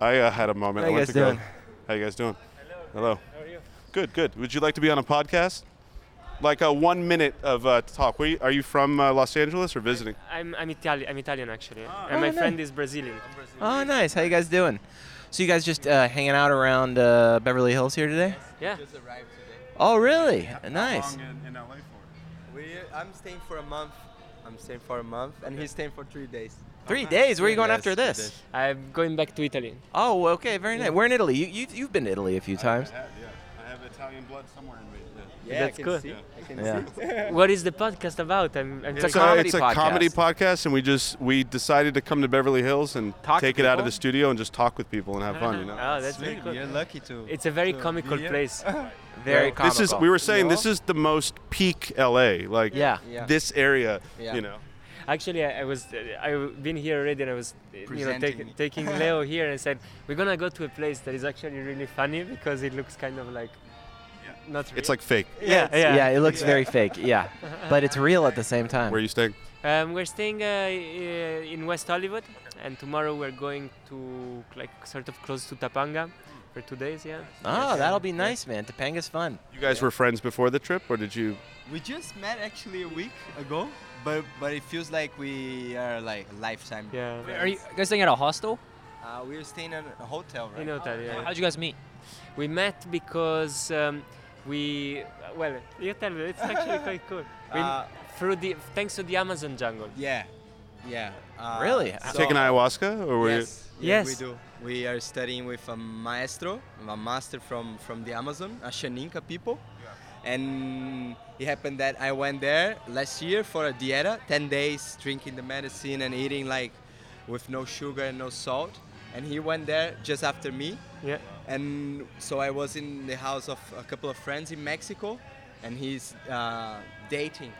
I uh, had a moment.
How
I
you
went
guys
to
doing?
go. How you guys doing? Hello. Hello. How are you? Good. Good. Would you like to be on a podcast? Like a one minute of uh, talk. Where you, are you from? Uh, Los Angeles or visiting?
I'm, I'm, Italian, I'm Italian actually, and my
Oh,
friend is Brazilian.
Oh, nice. How you guys doing? So you guys just uh, hanging out around uh, Beverly Hills here today?
Yeah,
Oh, really? Nice.
We, I'm staying for a month. I'm staying for a month, and he's staying for three days.
Three days. Where are you going
Yes,
after
three
this?
days.
I'm going back to Italy.
Oh, okay. Very nice. We're in Italy. You, you you've been to Italy a few times.
I have Italian blood somewhere in me.
Yeah,
That's
I can
good.
see. I can
Yeah.
see.
What is the podcast about? I'm, I'm
It's a
talking
So
comedy
it's a
podcast.
comedy podcast, and we just we decided to come to Beverly Hills and
Talk to
take it out of
people? Uh,
the studio and just talk with people and have fun. You know.
Oh, that's very cool.
You're lucky to.
It's a very
to be
comical
here.
place.
Very comical.
This is we were saying this is the most peak LA. Like
Yeah.
Yeah.
this area.
Yeah.
You know.
Actually, I, I was uh, I've been here already, and I was uh, you know
Presenting.
taking taking Leo here and said we're gonna go to a place that is actually really funny because it looks kind of like not
It's like fake.
Yeah, yeah.
it looks very fake. Yeah, but it's real at the same time.
Where are you staying?
Um, we're staying uh, i- in West Hollywood, and tomorrow we're going to like sort of close to Tapanga for two days. Yeah.
Oh, that'll be nice, man. Topanga's fun.
You guys were friends before the trip, or did you?
We just met actually a week ago, but but it feels like we are like lifetime.
Yeah.
friends.
Are you guys staying at a hostel?
Uh, we were staying in a hotel, right?
In a hotel, yeah.
How'd you guys meet?
We met because um, we well, you tell me. It's actually quite cool. We,
Uh,
through the thanks to the Amazon jungle.
Yeah. Yeah. Uh, so-
taking ayahuasca, or were
yes,
you?
yeah,
Yes.
we do. We are studying with a maestro, a master from from the Amazon, a Xaninka people. And it happened that I went there last year for a dieta, 10 days drinking the medicine and eating like with no sugar and no salt. And he went there just after me.
Yeah.
And so I was in the house of a couple of friends in Mexico, and he's uh, dating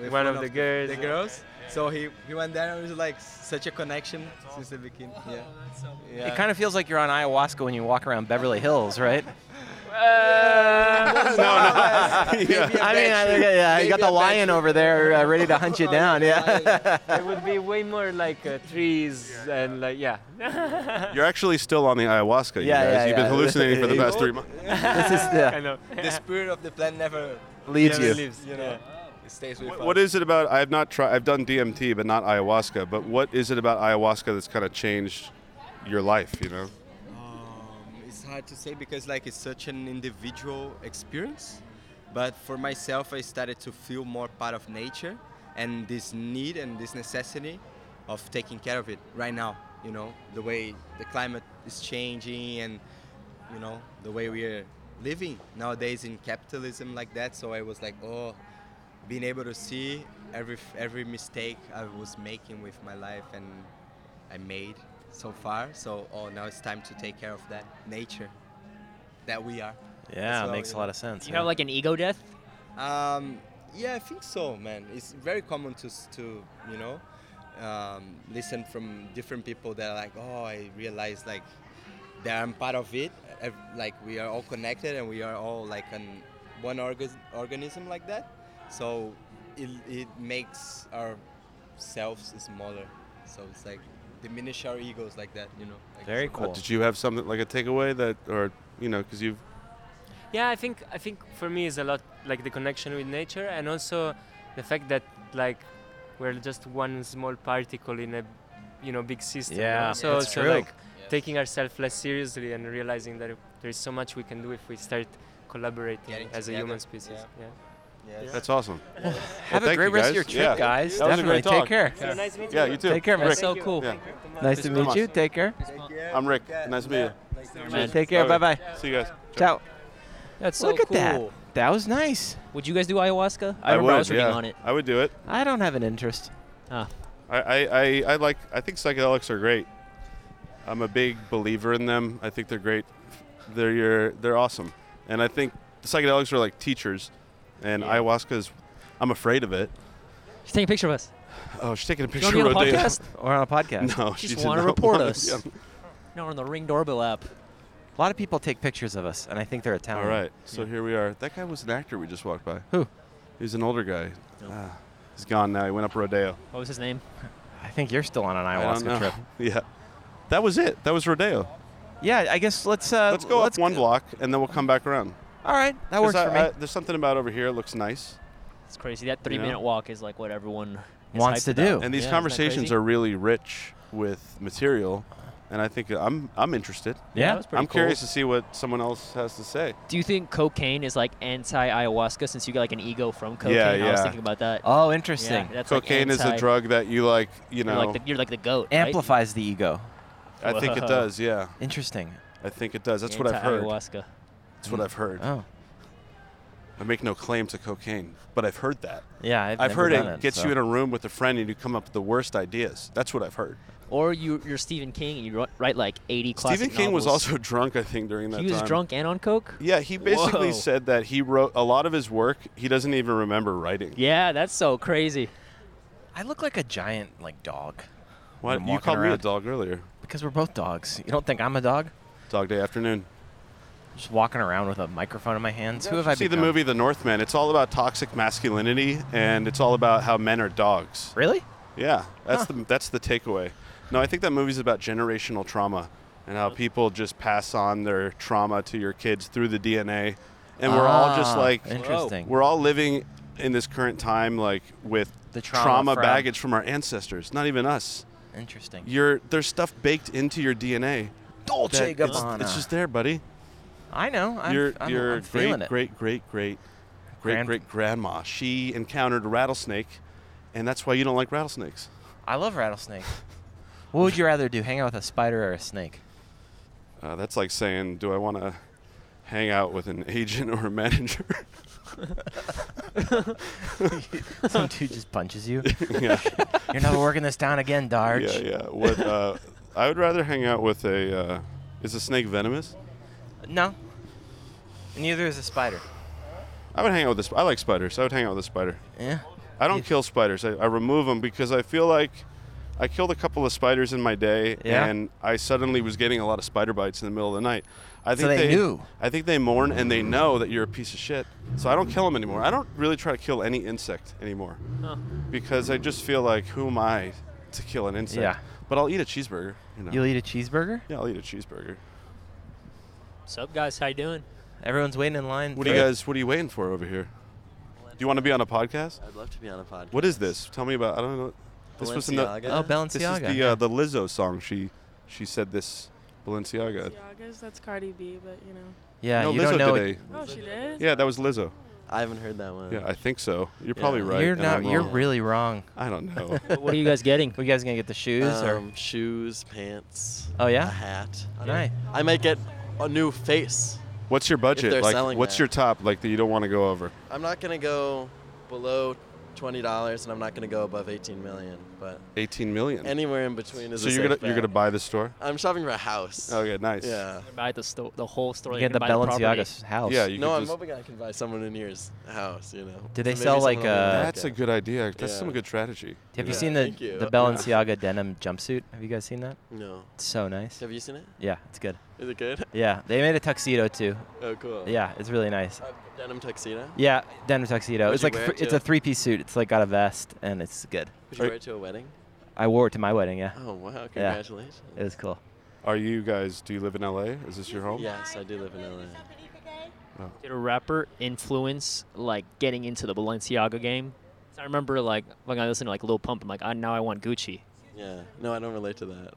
with
One of the girls,
The
yeah.
girls. So Oh, he, he went there and it was like such a connection since the beginning. yeah.
It kind of feels like you're on ayahuasca when you walk around Beverly Hills, right?
Uh,
I mean, I, yeah, you got the lion over there uh, ready to hunt you down. Yeah.
it would be way more like uh, trees and like yeah.
You're actually still on the ayahuasca, you
Yeah,
guys.
yeah,
You've been
yeah.
hallucinating for the past three months.
This is the-
I know.
the spirit of the plant never
Leaves
never
you.
Leaves, you know, it stays with us.
What is it about? I've not tried. I've done DMT, but not ayahuasca. But what is it about ayahuasca that's kind of changed your life? You know.
It's hard to say because like it's such an individual experience. But for myself, I started to feel more part of nature and this need and this necessity of taking care of it right now. You know, the way the climate is changing and you know the way we are living nowadays in capitalism like that. So I was like, oh, being able to see every every mistake I was making with my life and I made so far. So oh, now it's time to take care of that nature that we are.
Yeah,
as well,
makes
you
a
know?
lot of sense.
You have like an ego death?
Um, yeah, I think so, man. It's very common to, s- to you know, um, listen from different people that are like, oh, I realize like that I'm part of it. ev- Like we are all connected and we are all like an one organ- organism like that. So it, it makes ourselves smaller. So it's like diminish our egos like that, you know. Like
Very
so-
Uh, did you have something like a takeaway that, or you know, because you've
Yeah, I think I think for me is a lot like the connection with nature and also the fact that like we're just one small particle in a you know big system. you know?
Yeah,
so
that's
so
true.
like taking ourselves less seriously and realizing that there is so much we can do if we start collaborating
Getting
as a
together,
human species. Yeah.
Yes.
That's awesome. Well,
Have a
thank
great
you
rest
guys.
of your trip,
Yeah.
guys.
That was a
Definitely.
great
Take
talk.
care.
So nice meeting
Yeah,
you.
you too.
Take care, man.
That's
Rick.
so cool.
Yeah.
Nice to
Thank
meet
you.
you. Take care.
I'm Rick. Nice to meet you.
Take care. Bye bye.
See you guys.
Ciao.
That's so
Look at
cool.
that. That was nice.
Would you guys do ayahuasca? I, remember I was reading
yeah.
on it.
I would do it.
I don't have an interest.
I, I, I, I like. I think psychedelics are great. I'm a big believer in them. I think they're great. They're your. They're awesome. And I think psychedelics are like teachers, and ayahuasca is. I'm afraid of it.
She's taking a picture of us.
Oh, she's taking a
You want
picture.
to be on the
of Rodeo.
podcast?
Or on a podcast.
No,
She
she
just
did
want to
not
report
want
us.
Yeah.
No, we're on the Ring doorbell app.
A lot of people take pictures of us, and I think they're a
All
talent.
right, so here we are. That guy was an actor we just walked by.
Oh, Who?
He's an older guy. Ah, he's gone now. He went up Rodeo.
What was his name?
I think you're still on an
I don't know.
ayahuasca trip.
Yeah. That was it. That was Rodeo.
Yeah, I guess let's uh,
Let's go up one block and then we'll come back around.
All right, that
'Cause
works
I-
for me.
I- there's something about over here. It looks nice.
It's crazy. That three
You know?
minute walk is like what everyone is
Wants
hyped
to
about.
do.
And these
Yeah, isn't that
conversations
crazy?
are really rich with material, and I think I'm I'm interested.
That
yeah.
was pretty
I'm
cool.
curious to see what someone else has to say.
Do you think cocaine is like anti ayahuasca since you got like an ego from cocaine? I was
yeah.
thinking about that.
Oh,
Yeah,
interesting.
that's like
Cocaine is a
anti-
drug that you like. You
You're
know,
like the, you're like the goat. right?
Amplifies the ego.
I think it
Whoa.
does. Yeah,
Interesting.
I think it does. That's what I've heard.
Anti-ayahuasca.
That's what I've heard.
Oh,
I make no claim to cocaine, but I've heard that.
yeah. I've,
I've
never
heard it
done
gets
so.
you in a room with a friend and you come up with the worst ideas. That's what I've heard.
Or you, you're Stephen King and you wri- write like 80 classic
Stephen King was
novels.
also drunk, I think, during that
He was
time.
drunk and on coke.
Yeah, he basically
Whoa.
said that he wrote a lot of his work. He doesn't even remember writing.
Yeah, that's so crazy.
I look like a giant like dog
Why-
I'm
you
walking
called me a
around.
dog earlier.
because we're both dogs. You don't think I'm a dog?
Dog day afternoon.
just walking around with a microphone in my hands. Who have I
see
become?
the movie The Northman. It's all about toxic masculinity, and it's all about how men are dogs.
Really?
Yeah, that's
Huh.
the that's the takeaway. No, I think that movie's about generational trauma and how people just pass on their trauma to your kids through the DNA, and we're all just
Ah,
like
interesting.
We're all living in this current time like with
The trauma from-
baggage from our ancestors, not even us.
Interesting.
Your there's stuff baked into your DNA.
Dolce
that it's-
Gabbana.
It's just there, buddy.
I know. I'm,
your
I'm,
your
I'm
great,
feeling it.
great great great great
Grand-
great grandma. She encountered a rattlesnake, and that's why you don't like rattlesnakes.
I love rattlesnakes. What would you rather do, hang out with a spider or a snake?
Uh, that's like saying, do I want to hang out with an agent or a manager?
Some dude just punches you.
Yeah.
You're never working this down again, Darge.
Yeah, yeah. What? Uh, I would rather hang out with a. Uh, is a snake venomous?
No. Neither is a spider.
I would hang out with a. Sp- I like spiders. I would hang out with a spider.
Yeah.
I don't kill spiders. I, I remove them because I feel like I killed a couple of spiders in my day,
Yeah.
and I suddenly was getting a lot of spider bites in the middle of the night. I
So
think
they knew.
I think they mourn and they know that you're a piece of shit. So I don't kill them anymore. I don't really try to kill any insect anymore
Huh.
because I just feel like who am I to kill an insect?
Yeah.
But I'll eat a cheeseburger. You know.
You'll eat a cheeseburger?
Yeah, I'll eat a cheeseburger.
Sup guys, how you doing?
Everyone's waiting in line.
What are
for-
you guys? What are you waiting for over here? Do you want to be on a podcast?
I'd love to be on a podcast.
What is this? Tell me about. I don't know. This was the
Balenciaga? Oh,
This is
Balenciaga,
the
yeah.
uh, the Lizzo song. She she said this Balenciaga.
Yeah, I guess that's Cardi B, but you know.
Yeah,
no,
you
Lizzo
don't know
today.
Oh, she did?
Yeah, that was Lizzo.
I haven't heard that one.
Yeah, I think so. You're probably right.
You're
and
not.
I'm
You're
wrong.
really wrong.
I don't know.
What are you guys getting?
Are you guys gonna get the shoes or?
Um, shoes, pants.
Oh, yeah?
A hat. I don't-
Nice.
I might get a new face.
What's your budget?
they're
Like,
selling
what's
that.
your top? Like that you don't want to go over.
I'm not gonna go below twenty dollars, and I'm not gonna go above eighteen million. But
18 million.
anywhere in between is.
so
a
you're
safe
gonna you're
bet.
gonna buy the store?
I'm shopping for a house.
Okay, nice.
Yeah.
Buy the sto- the whole store.
You
they
get
can
the
buy property.
Balenciaga's house.
Yeah, you
no,
could
I'm
just-
hoping I can buy someone in here's house. You know.
Do they
So maybe
sell like uh,
someone
a?
will like
That's a good idea. That's some good strategy.
Have you
Yeah,
seen the
thank you.
the Balenciaga denim jumpsuit? Have you guys seen that?
No.
It's so nice.
Have you seen it?
Yeah, it's good.
Is it good?
Yeah, they made a tuxedo too.
Oh, cool.
Yeah, it's really nice.
A denim tuxedo.
Yeah, denim tuxedo.
What'd
it's
you
like a
wear
thr-
it
it's
to?
a three-piece suit. It's like got a vest and it's good.
Would you wear it to a wedding?
I wore it to my wedding. Yeah.
Oh, wow,
Yeah.
congratulations.
It was cool.
Are you guys? Do you live in LA? Is this your home?
Yes, I do live in LA.
Oh.
Did a rapper influence like getting into the Balenciaga game? 'Cause I remember like when I listened to like Lil Pump, I'm like, I now I want Gucci.
Yeah. No, I don't relate to that.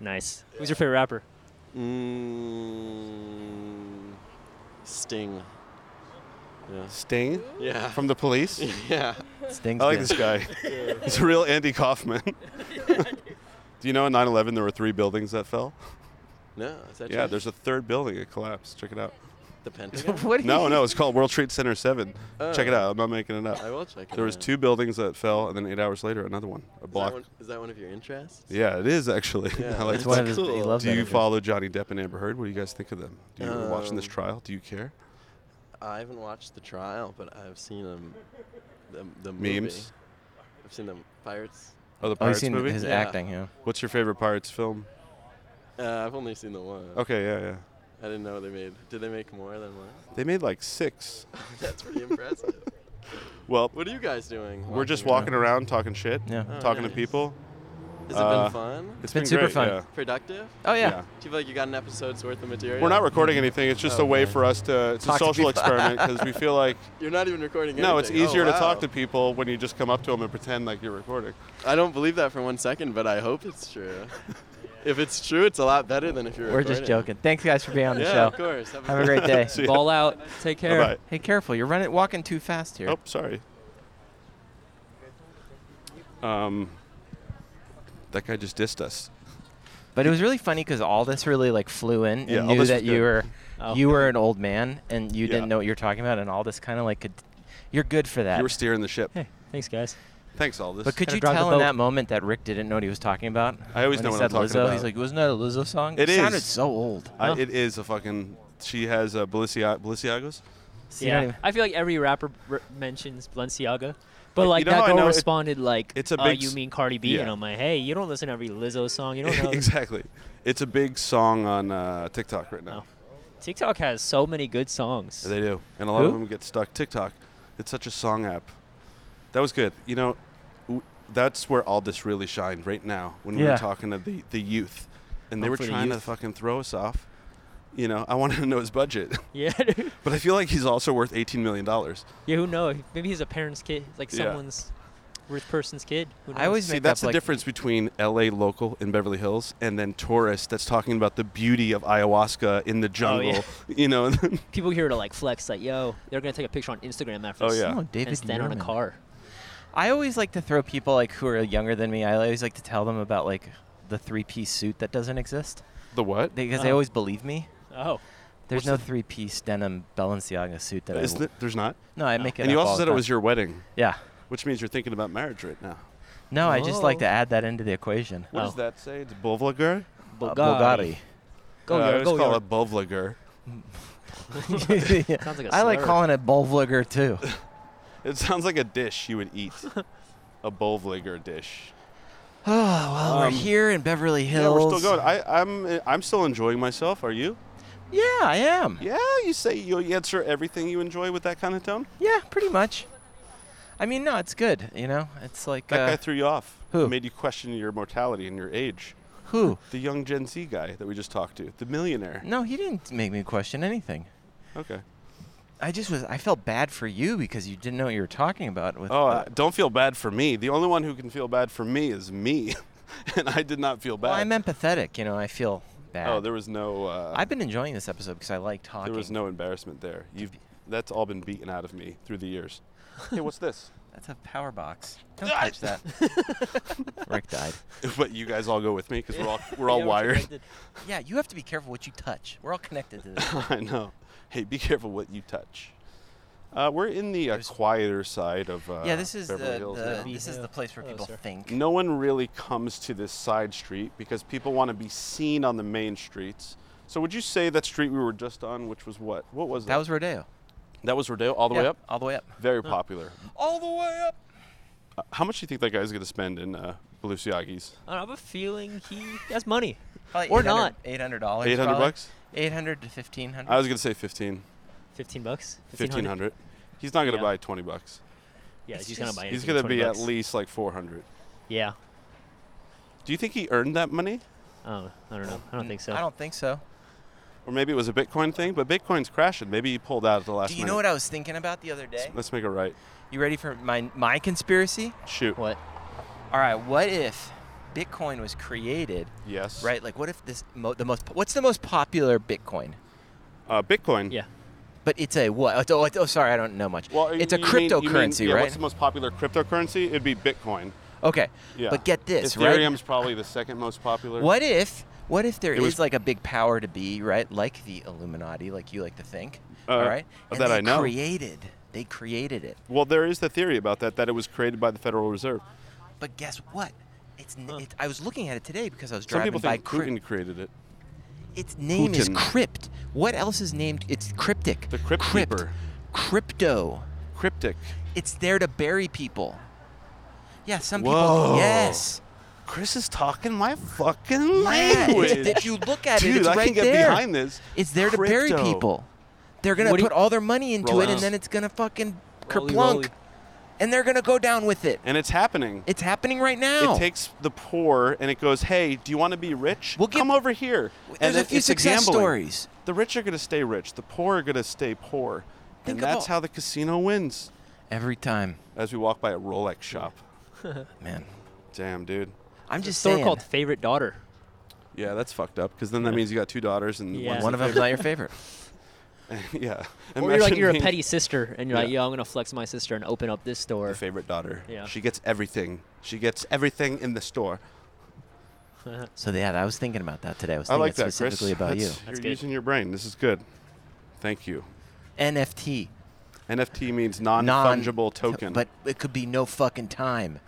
Nice. Who's your favorite rapper?
Mm, Sting. Yeah.
Sting?
Yeah.
From the police?
Yeah.
Sting's
I like
good.
this guy.
Yeah.
He's a real Andy Kaufman. Do you know in 9 11 there were three buildings that fell?
No, is that
yeah,
true?
there's a third building. It collapsed. Check it out.
The Pentagon?
What do
no,
you-
no, it's called World Trade Center 7. Check it
Oh.
out. I'm not making it up.
I will check it
There was
out.
two buildings that fell, and then eight hours later, another one. A
Is
block.
That one, is that one of your interests?
Yeah, it is actually.
Yeah,
I like
that's
that.
one of his- he Cool. loves
Do
that
you
interest.
follow Johnny Depp and Amber Heard? What do you guys think of them? Do you watch watching this
Um,
trial? Do you care?
I haven't watched the trial, but I've seen um, the, the movie.
Memes?
I've seen the Pirates.
Oh, the
Oh, you've
Pirates
seen
movie?
his Yeah. acting, yeah.
What's your favorite Pirates film?
Uh, I've only seen the one.
Okay, yeah, yeah.
I didn't know they made. Did they make more than one?
They made like six.
That's pretty impressive.
Well,
What are you guys doing?
We're just
Walking
walking
around?
around talking shit,
Yeah.
Oh,
talking to
nice.
people.
Has it
Uh,
been fun?
It's been, great, yeah.
Productive?
Oh, yeah.
Yeah.
Do you feel like you got an episode's worth of material?
We're not recording anything. It's just
Oh,
a way
okay.
for us to. It's
Talk
a
to
social
people.
experiment because we feel like.
You're not even recording
No, it's
anything. Oh,
easier to talk
wow.
to people when you just come up to them and pretend like you're recording.
I don't believe that for one second, but I hope it's true. if it's true, it's a lot better than if you're
We're just
recording.
joking. Thanks guys for being on the
Yeah,
show.
of course.
Have,
Have a
a
good-
great day.
See ya.
Ball out. Take care.
Bye-bye. Hey, careful. You're running walking too fast here.
Oh, sorry. Um, that guy just dissed us.
But it was really funny because all this really like flew in and
Yeah, all
knew
this
that
was
you
good.
were
Oh.
you were an old man and you
Yeah.
didn't know what you were talking about, and all this kind of like could you're good for that.
You were steering the ship.
Hey, thanks guys.
Thanks, Aldous.
but could you tell in that moment that Rick didn't know what he was talking about?
I always
when
know
he
what I'm
said
talking
Lizzo,
about.
He's like, wasn't that a Lizzo song?
It is.
sounded so old.
I,
Huh?
It is a fucking. She has uh, Balenciaga, Balenciagos.
you don't
yeah, I feel like every rapper r- mentions Balenciaga, but
You
like
know how
that
I
girl
know it-
responded like,
it's a
"Uh,
big
you
s-
mean Cardi B?" And
yeah.
I'm like, "Hey, you don't listen to every Lizzo song. You don't know
exactly. It's a big song on uh, TikTok right now.
TikTok has so many good songs.
They do, and a lot of
Who?
them get stuck. TikTok, it's such a song app. That was good. You know, w- that's where all this really shined right now when we
Yeah.
were talking to the, the youth, and they
Hopefully
were
Oh, the
trying to
youth.
fucking throw us off. You know, I wanted to know his budget.
Yeah,
but I feel like he's also worth eighteen million dollars.
Yeah, who knows? Maybe he's a parent's kid, like
Yeah.
someone's rich person's kid. Who knows?
see that's the difference between L.A. local in Beverly Hills and then tourist that's talking about the beauty of ayahuasca in the
Oh, yeah.
jungle. You know,
People here to like flex, like, yo, they're gonna take a picture on Instagram after
Oh,
this
yeah. Oh,
and
David
stand on a
Yurman.
car.
I always like to throw people like who are younger than me. I always like to tell them about like the three-piece suit that doesn't exist.
The what?
Because they
Oh.
always believe me.
Oh.
There's
What's
no
the-
three-piece denim Balenciaga suit that I
Isn't
w-
it? There's not.
No, I make it.
And you
up
also
all the
said it
time.
was your wedding.
Yeah.
Which means you're thinking about marriage right now.
No, I just like to
Oh.
add that into the equation.
What
Oh.
does that say? It's Bulvlager?
Oh. Bulgari. uh,
Go,
Bulgari. Go,
Uh, I
Yer,
always
go,
call
Yer.
it Bulvlager.
Yeah. I like calling it Bolvlugger too.
It sounds like a dish you would eat. a Bulvlager dish.
Oh, well, we're
Um,
here in Beverly
Yeah,
Hills.
we're still going. I, I'm, I'm still enjoying myself. Are you?
Yeah, I am.
Yeah, you say you answer everything you enjoy with that kind of tone?
Yeah, pretty much. I mean, no, it's good. You know, it's like
That
uh,
guy threw you off.
who?
Made you question your mortality and your age.
Who?
The young Gen Z guy that we just talked to. The millionaire.
No, he didn't make me question anything.
Okay.
I just was. I felt bad for you because you didn't know what you were talking about. With
Oh,
uh,
uh, don't feel bad for me. The only one who can feel bad for me is me, and I did not feel bad.
well, I'm empathetic. You know, I feel bad.
Oh, there was no. Uh,
I've been enjoying this episode because I like talking.
There was no embarrassment there. You've that's all been beaten out of me through the years. hey, what's this? Ah!
That's a power box. Don't touch that. Rick died.
but you guys all go with me because we're all we're all wired.
Yeah, you have to be careful what you touch. We're all connected to this.
I know. Hey, be careful what you touch. Uh, we're in the uh, quieter side of uh,
yeah, this is the,
Beverly Hills
the-
now.
this is the place where people think.
No one really comes to this side street because people want to be seen on the main streets. So would you say that street we were just on, which was what? What was that? That
was Rodeo.
That was Rodeo all the way
Yeah,
up.
all the way up.
Very
Huh.
popular.
All the way up.
Uh, how much do you think that guy's going to spend in uh, Belusiagis?
I, don't know, I have a feeling he has money,
Probably
or
800
not.
Eight hundred dollars.
800 bucks?
Eight hundred to fifteen hundred.
I was going to say 15,
Fifteen bucks.
1500. He's not going to
Yeah.
buy 20 bucks.
Yeah, It's he's gonna just- buy
He's
anything
going
with
to
20
be
bucks.
at least like 400.
Yeah.
Do you think he earned that money?
Oh, I don't know. I don't think so.
I don't think so.
Or maybe it was a Bitcoin thing, but Bitcoin's crashing. Maybe he pulled out at the last
Do you know what I was thinking about the other day?
Let's make it right.
You ready for my my conspiracy?
Shoot.
What?
All right. What if Bitcoin was created?
Yes.
Right. Like, what if this mo- the most what's the most popular Bitcoin?
Uh, Bitcoin.
Yeah.
But it's a what? Oh, it's- oh, sorry, I don't know much.
Well,
it's a
you mean- you mean-
cryptocurrency,
yeah,
right?
What's the most popular cryptocurrency? It'd be Bitcoin.
okay.
Yeah.
But get this, right?
Ethereum's probably the second most popular.
What if what if there
It
is
was-
like a big power to be, right? Like the Illuminati, like you like to think.
Uh,
all right? And
that
they
I know.
created. They created it.
Well, there is the theory about that that it was created by the Federal Reserve.
But guess what? It's, n it, I was looking at it today because I was
Some
driving
people
by
think
crypt.
Putin created it.
Its name is
Putin.
crypt. What else is named? It's cryptic. The
crypt, keeper.
Crypto.
Cryptic.
It's there to bury people. Yeah, some
Whoa.
people. Yes.
Chris is talking my fucking
Yeah,
language.
it's- if you look at
Dude,
it, it's
I
right
can get
there.
behind this.
It's there to bury
Crypto.
people. They're gonna
What do
put
you-
all their money into
Roll
it, and
out.
then it's gonna fucking
Rolly,
kerplunk,
rolly.
and they're gonna go down with it.
And it's happening.
It's happening right now.
It takes the poor and it goes, hey, do you want to be rich? We'll Come over here.
there's a
it-
few
it's the
success
gambling.
stories.
The rich are going to stay rich. The poor are going to stay poor.
Think
and
of
that's
all-
how the casino wins.
Every time.
As we walk by a Rolex shop.
Man.
Damn, dude.
I'm
just store called favorite daughter.
Yeah, that's fucked up because then that means you got two daughters and
Yeah.
one's
One
the
of them's
not your favorite.
yeah.
or you're like
Imagine
you're a
being-
petty sister, and you're like,
Yeah.
yo, I'm gonna flex my sister and open up this store.
favorite daughter.
Yeah.
She gets everything. She gets everything in the store.
So yeah, I was thinking about that today. I was
I
thinking
like that, Chris.
specifically about
That's-
you.
You're using your brain. This is good. Thank you.
NFT.
NFT means non
Non-
fungible token.
But it could be no fucking time.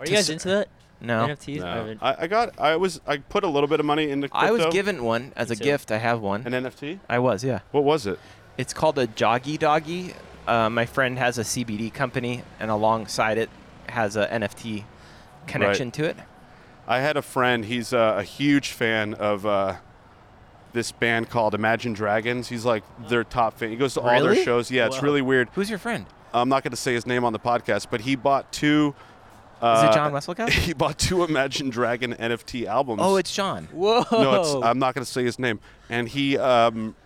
Are
To
you guys
s-
into that?
No.
NFTs. I
No.
haven't-
I, I got. I was. I put a little bit of money into. Crypto.
I was given one as
Me
a
too.
gift. I have one.
An NFT.
I was, yeah.
What was it?
It's called a Joggy Doggy. Uh, my friend has a CBD company, and alongside it has a NFT connection
Right.
to it.
I had a friend. He's uh, a huge fan of uh, this band called Imagine Dragons. He's like their top fan. He goes to all their
Really?
shows. Yeah, it's
Wow.
really weird.
Who's your friend?
I'm not going to say his name on the podcast, but he bought two.
Is
Uh,
it John Wesselkow?
He bought two Imagine Dragon NFT albums.
Oh, it's John. Whoa.
No, it's, I'm not going to say his name. And he. Um,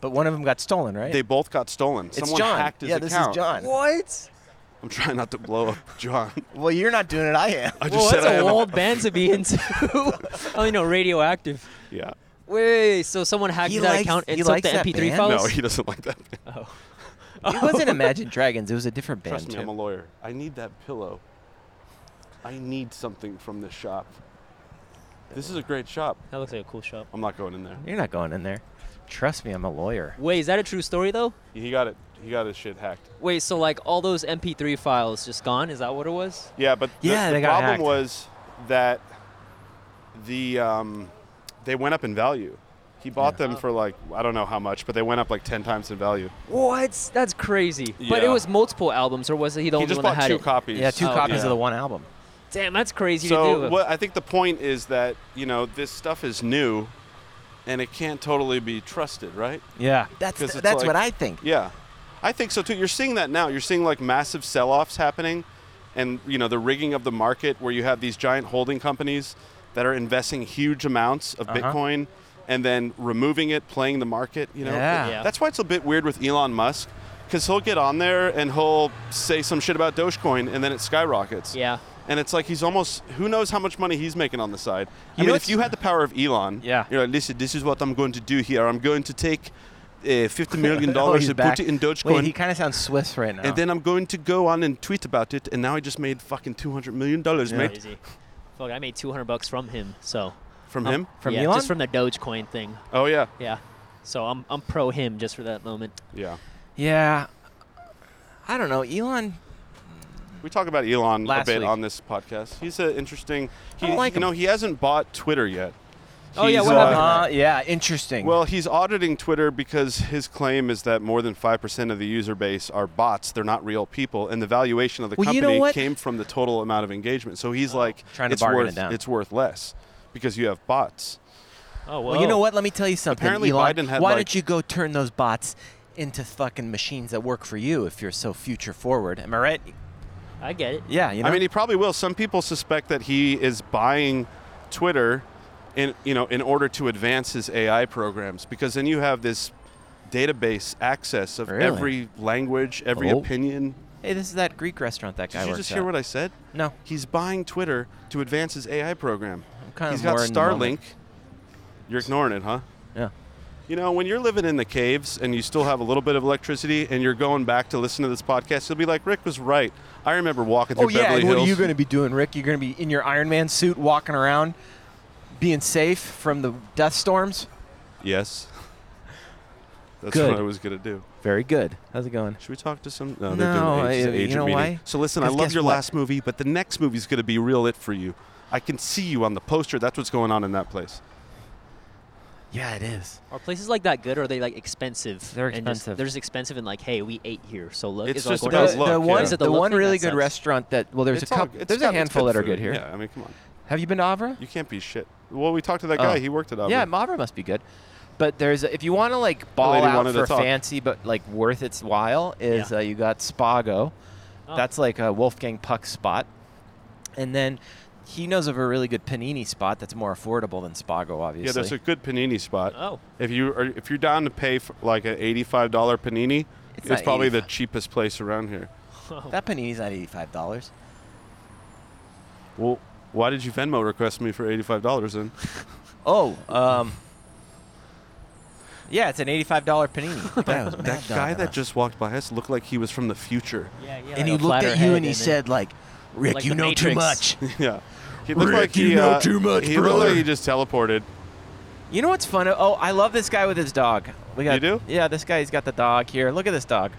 but one of them got stolen, right?
They both got stolen.
It's
Someone
John.
hacked his
Yeah, this
account.
is John.
What?
I'm trying not to blow up John.
Well, you're not doing it. I am.
I just
Well,
said
that's
I
a
am.
old band to be into. oh, you know, radioactive.
Yeah.
Wait, wait, wait, so someone hacked
He
that
likes-
account and
he
took
likes
the
that
MP3
band?
files?
No, he doesn't like that.
Oh.
It wasn't Imagine Dragons. It was a different band.
Trust me,
too.
I'm a lawyer. I need that pillow. I need something from this shop. This is a great shop.
That looks like a cool shop.
I'm not going in there.
You're not going in there. Trust me, I'm a lawyer.
Wait, is that a true story though?
He got it. He got his shit hacked.
Wait, so like all those MP3 files just gone? Is that what it was?
Yeah, but the,
Yeah,
the
they got
problem
hacked.
was that the um, they went up in value. He bought them for like I don't know how much, but they went up like ten times in value.
What? That's crazy. But it
Yeah.
was multiple albums, or was he the
He
only
just
one that
bought
had
two
it?
copies.
Yeah, two
Oh,
copies
yeah.
of the one album.
Damn, that's crazy to
So
do.
what I think the point is that you know this stuff is new, and it can't totally be trusted, right?
Yeah. That's
'Cause
th-
it's
that's
like-
what I think.
Yeah, I think so too. You're seeing that now. You're seeing like massive sell-offs happening, and you know the rigging of the market where you have these giant holding companies that are investing huge amounts of
Uh-huh.
Bitcoin and then removing it, playing the market. You know,
Yeah. Yeah.
that's why it's a bit weird with Elon Musk. Because he'll get on there and he'll say some shit about Dogecoin and then it skyrockets.
Yeah.
And it's like he's almost, who knows how much money he's making on the side.
You
I
know
mean,
what's-
if you had the power of Elon, yeah. you're like, listen, this is what I'm going to do here. I'm going to take uh, $50 million
Oh, he's
and
back.
put it in Dogecoin.
Wait, he kind of sounds Swiss right now.
and then I'm going to go on and tweet about it. And now I just made fucking $200 million, mate.
Crazy. Fuck, I made 200 bucks from him. So.
From
I'm-
him? From
yeah,
Elon?
Just from the Dogecoin thing.
Oh, yeah.
Yeah. So I'm I'm pro him just for that moment.
Yeah.
Yeah. I don't know. Elon
We talk about Elon
Last
a bit
week.
on this podcast. He's an interesting, he,
don't like
you know,
him.
he hasn't bought Twitter yet.
Oh, yeah,
He's,
what happened to
uh,
that? Uh, yeah, interesting.
Well, he's auditing Twitter because his claim is that more than 5% of the user base are bots. They're not real people. And the valuation of the
Well, you know
company
what? Oh,
came from the total amount of engagement. So he's like,
trying to
it's,
bargain it
worth,
down.
it's worth less because you have bots.
Oh
Well, you know what? Let me tell you something.
Apparently
Elon,
Biden had,
why
like-
don't you go turn those bots into fucking machines that work for you if you're so future forward? Am I right?
I get it.
Yeah, you know.
I mean, he probably will. Some people suspect that he is buying Twitter in, you know, in order to advance his AI programs because then you have this database access of
Really?
every language, every
Oh.
opinion.
hey, this is that Greek restaurant that guy
Did you
works
just hear
at.
what I said?
No.
He's buying Twitter to advance his AI program.
I'm kind
He's
of
got
more in the
Starlink.
moment.
You're ignoring it, huh?
Yeah.
You know, when you're living in the caves and you still have a little bit of electricity and you're going back to listen to this podcast, you'll be like, Rick was right. I remember walking through
Oh yeah,
Beverly
and what
Hills.
are you going to be doing, Rick? You're going to be in your Iron Man suit, walking around, being safe from the death storms.
Yes. That's
Good.
what I was going to do.
Very good. How's it going?
Should we talk to some? No,
No,
they're doing agent,
I- you
agent
know
meeting.
why?
So listen, I
'Cause
love
guess
your
what?
last movie, but the next movie's going to be real it for you. I can see you on the poster. That's what's going on in that place.
Yeah, it is.
Are places like that good or are they like expensive?
They're
And just-
expensive.
they're just expensive and like, hey, we ate here. So look,
It's
like
just
what
about
is it?
look,
the one,
Is it
the, one
look thing?
really
That
good
sucks.
restaurant that well, there's
It's
a
all-
couple.
it's
There's
got-
a
it's
handful that are
food.
good here.
Yeah, I mean, come on.
Have you been to Avra?
You can't be shit. Well, we talked to that guy. He worked at Avra.
Oh. Yeah, Mavra must be good. But there's if you want to like ball
lady
out
wanted to
for
talk.
fancy but like worth its while is uh, you got Spago.
Oh.
That's like a Wolfgang Puck spot. And then he knows of a really good panini spot that's more affordable than Spago obviously.
Yeah, there's a good panini spot.
Oh.
If you are, if you're down to pay for like an eighty-five dollar panini,
It's
it's,
not
probably the cheapest place around here.
that panini's not eighty-five dollars.
Well, why did you Venmo request me for eighty-five dollars then?
Oh, um, yeah, it's an eighty-five dollar panini. The guy was mad
That
dog
guy
on
that
us.
just walked by us looked like he was from the future.
Yeah, yeah.
and
like
he
a
looked
flatter
at you
head
and he
then-
said like, "Rick,
Like
you
the
know too
Matrix.
much."
yeah. He looked
Rick,
like
you
he,
know
uh,
too much,
He looked
brother.
like he just teleported.
You know what's fun? Oh, I love this guy with his dog. We got,
You do?
Yeah, this guy's got the dog here. Look at this dog. Oh.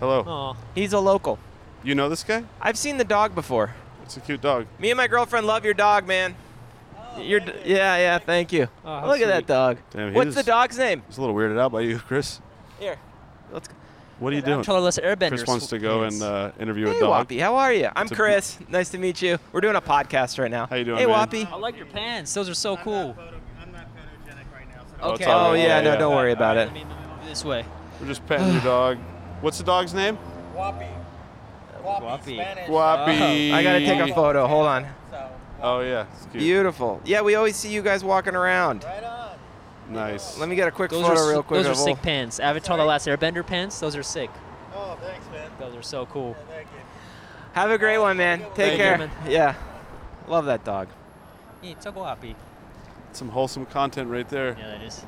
Hello.
Aw.
He's a local.
You know this guy?
I've seen the dog before.
It's a cute dog.
Me and my girlfriend love your dog, man. Your d- yeah, yeah. Thank you.
Oh, how
Look at that
sweet.
dog.
Damn, he
what's
is-
the dog's name?
He's a little weirded out by you, Chris.
Here, let's. Go.
What are you doing?
I'm colorless airbender.
Chris wants to go and uh, interview
Hey,
a dog.
Whoppy, how are you? I'm
It's a-
Chris. Nice to meet you. We're doing a podcast right now. How
you doing,
Hey,
man?
Whoppy.
I like your pants. Those are so cool.
Oh, it's
Okay. Oh,
all right.
yeah, no,
yeah.
don't worry about it.
This way.
We're just petting your dog. What's the dog's name?
Guapi. Guapi.
Guapi.
Oh, I gotta take a photo. Hold on.
Oh yeah, it's cute.
Beautiful. Yeah, we always see you guys walking around.
Nice.
Let me get a quick
Those
photo
are,
real quick.
Those are
of
sick
all-
pants. Avatar: The Last Airbender pants. Those are sick. Oh, thanks, man. Those are so cool.
Have a great one, man. Take
Thank
care.
you, man.
Yeah. Love that dog.
It's a guapi.
Some wholesome content right there.
Yeah, that is.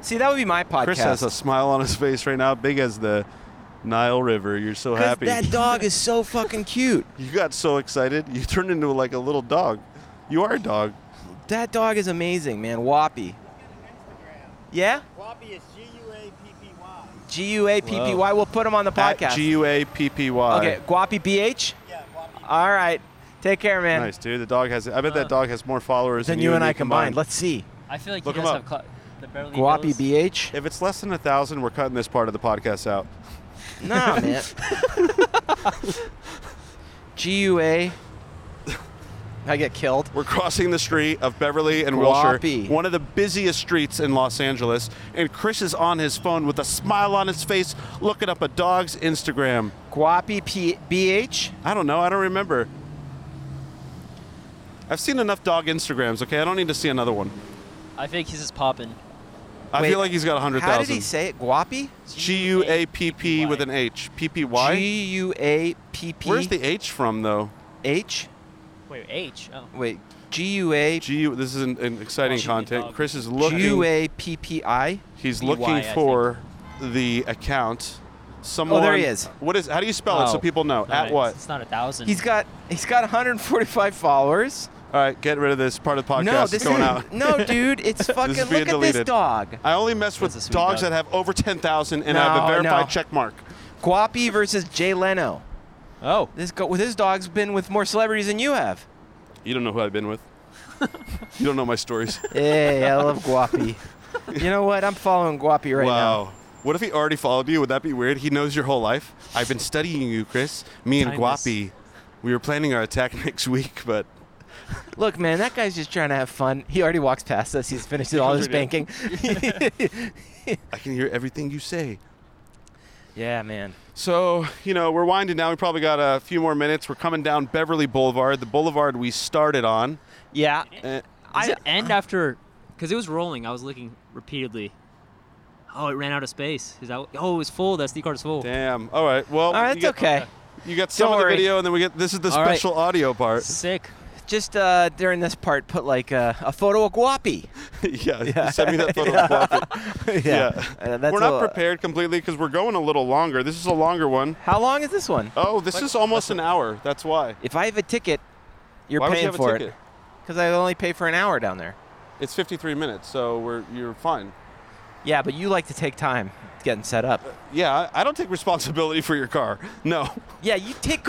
See, that would be my podcast.
Chris has a smile on his face right now, big as the Nile River. You're so
'Cause
happy.
That dog is so fucking cute.
you got so excited. You turned into like a little dog. You are a dog.
That dog is amazing, man. Whoppy. Yeah?
Guapi is G U A P P Y.
G U A P P Y.
Whoa.
We'll put him on the podcast.
G U A P P Y.
okay, Guapi BH? Yeah, All right. Take care, man.
Nice, dude. The dog has. I bet that dog has more followers
Then
than
you and
me
I combined. Let's see.
I feel like
Look
you
'em
guys
up.
have cla- the barely.
Guapi BH?
If it's less than a thousand, we're cutting this part of the podcast out.
Nah, man. G U A. I get killed.
We're crossing the street of Beverly and Wilshire,
Guapi.
one of the busiest streets in Los Angeles, and Chris is on his phone with a smile on his face, looking up a dog's Instagram.
Guapi P- BH?
I don't know. I don't remember. I've seen enough dog Instagrams. Okay, I don't need to see another one.
I think he's just popping.
I
Wait,
feel like he's got hundred thousand.
How did he say it? Guapi?
G U A P P with an H. P P Y.
G U A P P.
Where's the H from though?
H?
Wait, H. Oh.
Wait, G U A.
G U. This is an, an exciting content. Chris is looking.
G U A P P I.
He's
B Y, I
looking
think.
for the account. Someone.
Oh, there he is.
What is? How do you spell it so
Oh.
people know?
No,
At
it's-
what?
It's not a thousand.
He's got he's got 145 followers.
All right, get rid of this part of the podcast.
no,
It's
this
going
is,
out.
No, dude, it's fucking.
This is
Look
being
at this
deleted.
dog.
I only mess with dogs
sweet dog.
that have over ten thousand and
no,
have a verified
no.
check mark.
Guapi versus Jay Leno.
Oh,
this go with his dog's been with more celebrities than you have.
You don't know who I've been with. you don't know my stories.
Hey, I love Guapi. you know what? I'm following Guapi right
wow. What if he already followed you? Would that be weird? He knows your whole life. I've been studying you, Chris. Me and
Kindness.
Guapi, we were planning our attack next week, but
now. Look, man, that guy's just trying to have fun. He already walks past us. He's finished all his banking.
I can hear everything you say.
yeah, man.
So, you know, we're winding down. We probably got a few more minutes. We're coming down Beverly Boulevard, the boulevard we started on.
Yeah.
Uh,
Does it end after? Because it was rolling. I was looking repeatedly. Oh, it ran out of space. Is that? Oh, it's full. The SD card is full.
Damn. All right. Well.
All right, it's okay.
You got some
Don't
of the
worry.
video, and then we get this is the
All right.
special audio part.
Sick.
Just uh, during this part, put like uh, a photo of Guapi.
yeah,
Yeah.
send me that photo.
Yeah.
of Guapi.
Yeah.
yeah.
Uh, that's
we're not
a-
prepared completely because we're going a little longer. This is a longer one.
How long is this one?
Oh, this is almost an hour. That's why.
If I have a ticket, you're
Why would you
paying
have a
for it.
ticket?
Because I only pay for an hour down there.
It's 53 minutes, so we're you're fine.
Yeah, but you like to take time getting set up.
Yeah, I- I don't take responsibility for your car. No.
Yeah, you take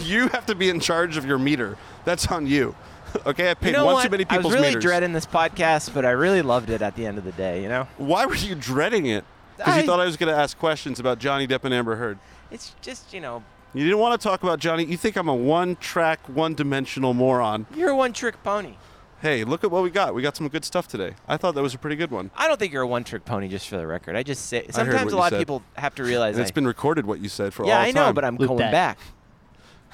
you have to be in charge of your meter. That's on you. Okay, I paid
you know
one
what?
too many
I
people's
was really
meters.
dreading this podcast, but I really loved it at the end of the day. You know,
why were you dreading it? Because
I-
you thought I was going to ask questions about Johnny Depp and Amber Heard.
it's just you know,
You didn't want to talk about Johnny. You think I'm a one-track, one-dimensional moron.
you're a one-trick pony.
Hey, look at what we got. We got some good stuff today. I thought that was a pretty good one.
I don't think you're a one-trick pony. Just for the record, I just say
I heard
sometimes
what
a
you
lot
said.
of people have to realize.
And it's
I-
been recorded what you said for
yeah,
all
I know,
time.
but I'm
Loop
going
that.
back.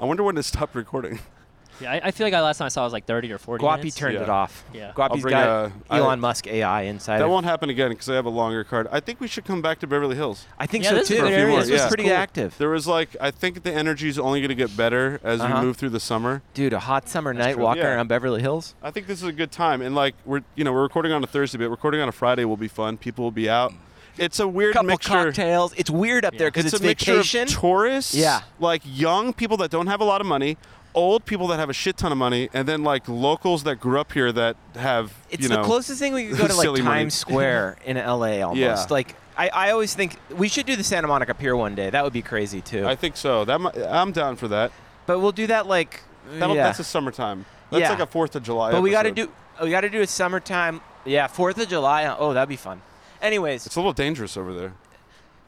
I wonder when it stopped recording.
Yeah, I, I feel like I, last time I saw it was like 30 or 40.
Guapi
minutes.
turned it
Yeah.
off.
Yeah.
Guapi's
I'll bring
got
a- I-
Elon Musk AI inside.
That
of-
won't happen again because I have a longer card. I think we should come back to Beverly Hills.
I think
Yeah,
so
this is
too.
a good area.
more-
This was pretty active.
There was like, I think the energy is only going to get better as
Uh-huh.
we move through the summer.
Dude, a hot summer night walking
Yeah.
around Beverly Hills.
I think this is a good time, and like we're you know we're recording on a Thursday, but recording on a Friday will be fun. People will be out. It's a weird
Couple
mixture.
cocktails. It's weird up there because
It's,
it's,
a mixture
vacation.
of tourists,
Yeah.
like young people that don't have a lot of money, old people that have a shit ton of money, and then like locals that grew up here that have
it's
you
the
know,
closest thing we could go to like
silly
Times
money.
Square in LA almost.
Yeah.
Like I, I always think we should do the Santa Monica Pier one day. That would be crazy too.
I think so. That mi- I'm down for that.
but we'll do that like
That'll,
yeah.
That's a summertime. That's
Yeah.
like a Fourth of July.
but we got to
episode.
do we got to do a summertime. Yeah, 4th of July. Oh, that'd be fun. Anyways,
It's a little dangerous over there.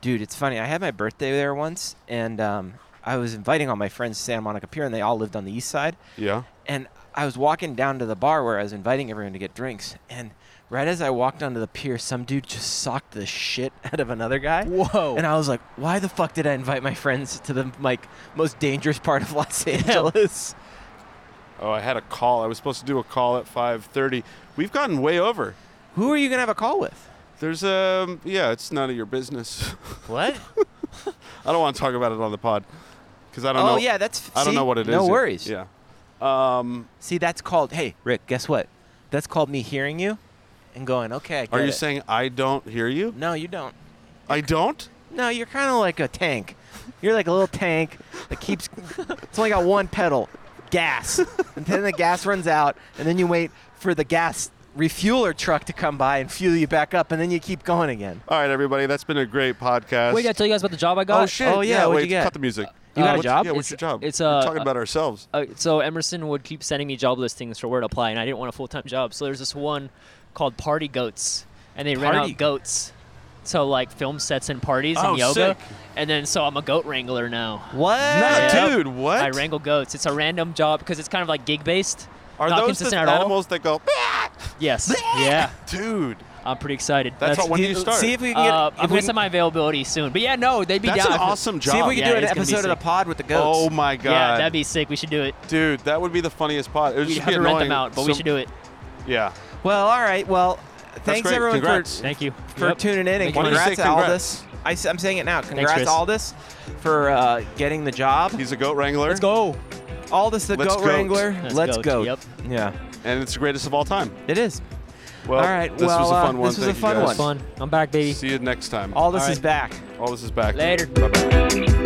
Dude, it's funny. I had my birthday there once, and um, I was inviting all my friends to Santa Monica Pier, and they all lived on the east side.
Yeah.
And I was walking down to the bar where I was inviting everyone to get drinks, and right as I walked onto the pier, some dude just socked the shit out of another guy.
Whoa.
And I was like, why the fuck did I invite my friends to the like most dangerous part of Los Angeles?
Oh, I had a call. I was supposed to do a call at 5:30. We've gotten way over.
Who are you gonna have a call with?
There's um yeah, it's none of your business.
What?
I don't want to talk about it on the pod because I don't know.
oh yeah, that's. f-
I don't
see?
know what it is.
No
yet.
worries.
Yeah.
Um, see, that's called. Hey, Rick, guess what? That's called me hearing you, and going, okay. I
Are
get
you
it."
saying I don't hear you?
No, you don't.
I don't.
No, you're kind of like a tank. You're like a little tank that keeps. it's only got one pedal, gas, and then the gas runs out, and then you wait for the gas refueler truck to come by and fuel you back up, and then you keep going again.
All right, everybody, that's been a great podcast.
Wait, did I tell you guys about the job I got?
Oh shit!
Oh, yeah, what'd
wait,
you get?
cut the music. Uh,
You got a
What's-
job?
Yeah, what's your
It's-
job?
it's,
We're
uh,
talking about ourselves.
Uh, so Emerson would keep sending me job listings for where to apply, and I didn't want a full time job. So there's this one called Party Goats, and they rent
Party
out goats. So like film sets and parties
Oh,
and yoga,
sick.
and then so I'm a goat wrangler now.
What,
Nah, dude, What?
I wrangle goats. It's a random job because it's kind of like gig based.
Are
not
those
consistent
the
at all.
animals that go?
Yes. yeah.
Dude.
I'm pretty excited.
That's how- when do you start?
See if we can get-
Uh,
if
I'm
we
gonna
can-
set my availability soon. But yeah, no, they'd be
That's
down.
an awesome job.
See if we can do an episode of the pod with the goats.
Oh my god.
Yeah, that'd be sick. We should do it.
Dude, that would be the funniest pod. It would
We
just
have
be
to rent
annoying.
them out, but we should do it.
Yeah.
Well, all right. Well, thanks
great.
everyone
Congrats.
for
Thank you.
for
Yep.
tuning in and
Thank you. Why don't you
congrats
say
to
congrats?
Aldous. I, am saying it now. Congrats,
Chris.
Aldous, for uh, getting the job. He's
a goat wrangler. Let's
go. Aldous, the
Let's
goat
goat.
wrangler.
Let's
Let's
goat,
go.
yep.
Yeah.
And it's the greatest of all time.
It is.
Well,
All right,
This was
well,
a
uh,
fun one.
this was a
Thank you
fun
guys.
one. Fun. I'm back, baby.
See you next time.
All this is back.
All this is back.
Later.
Bye bye.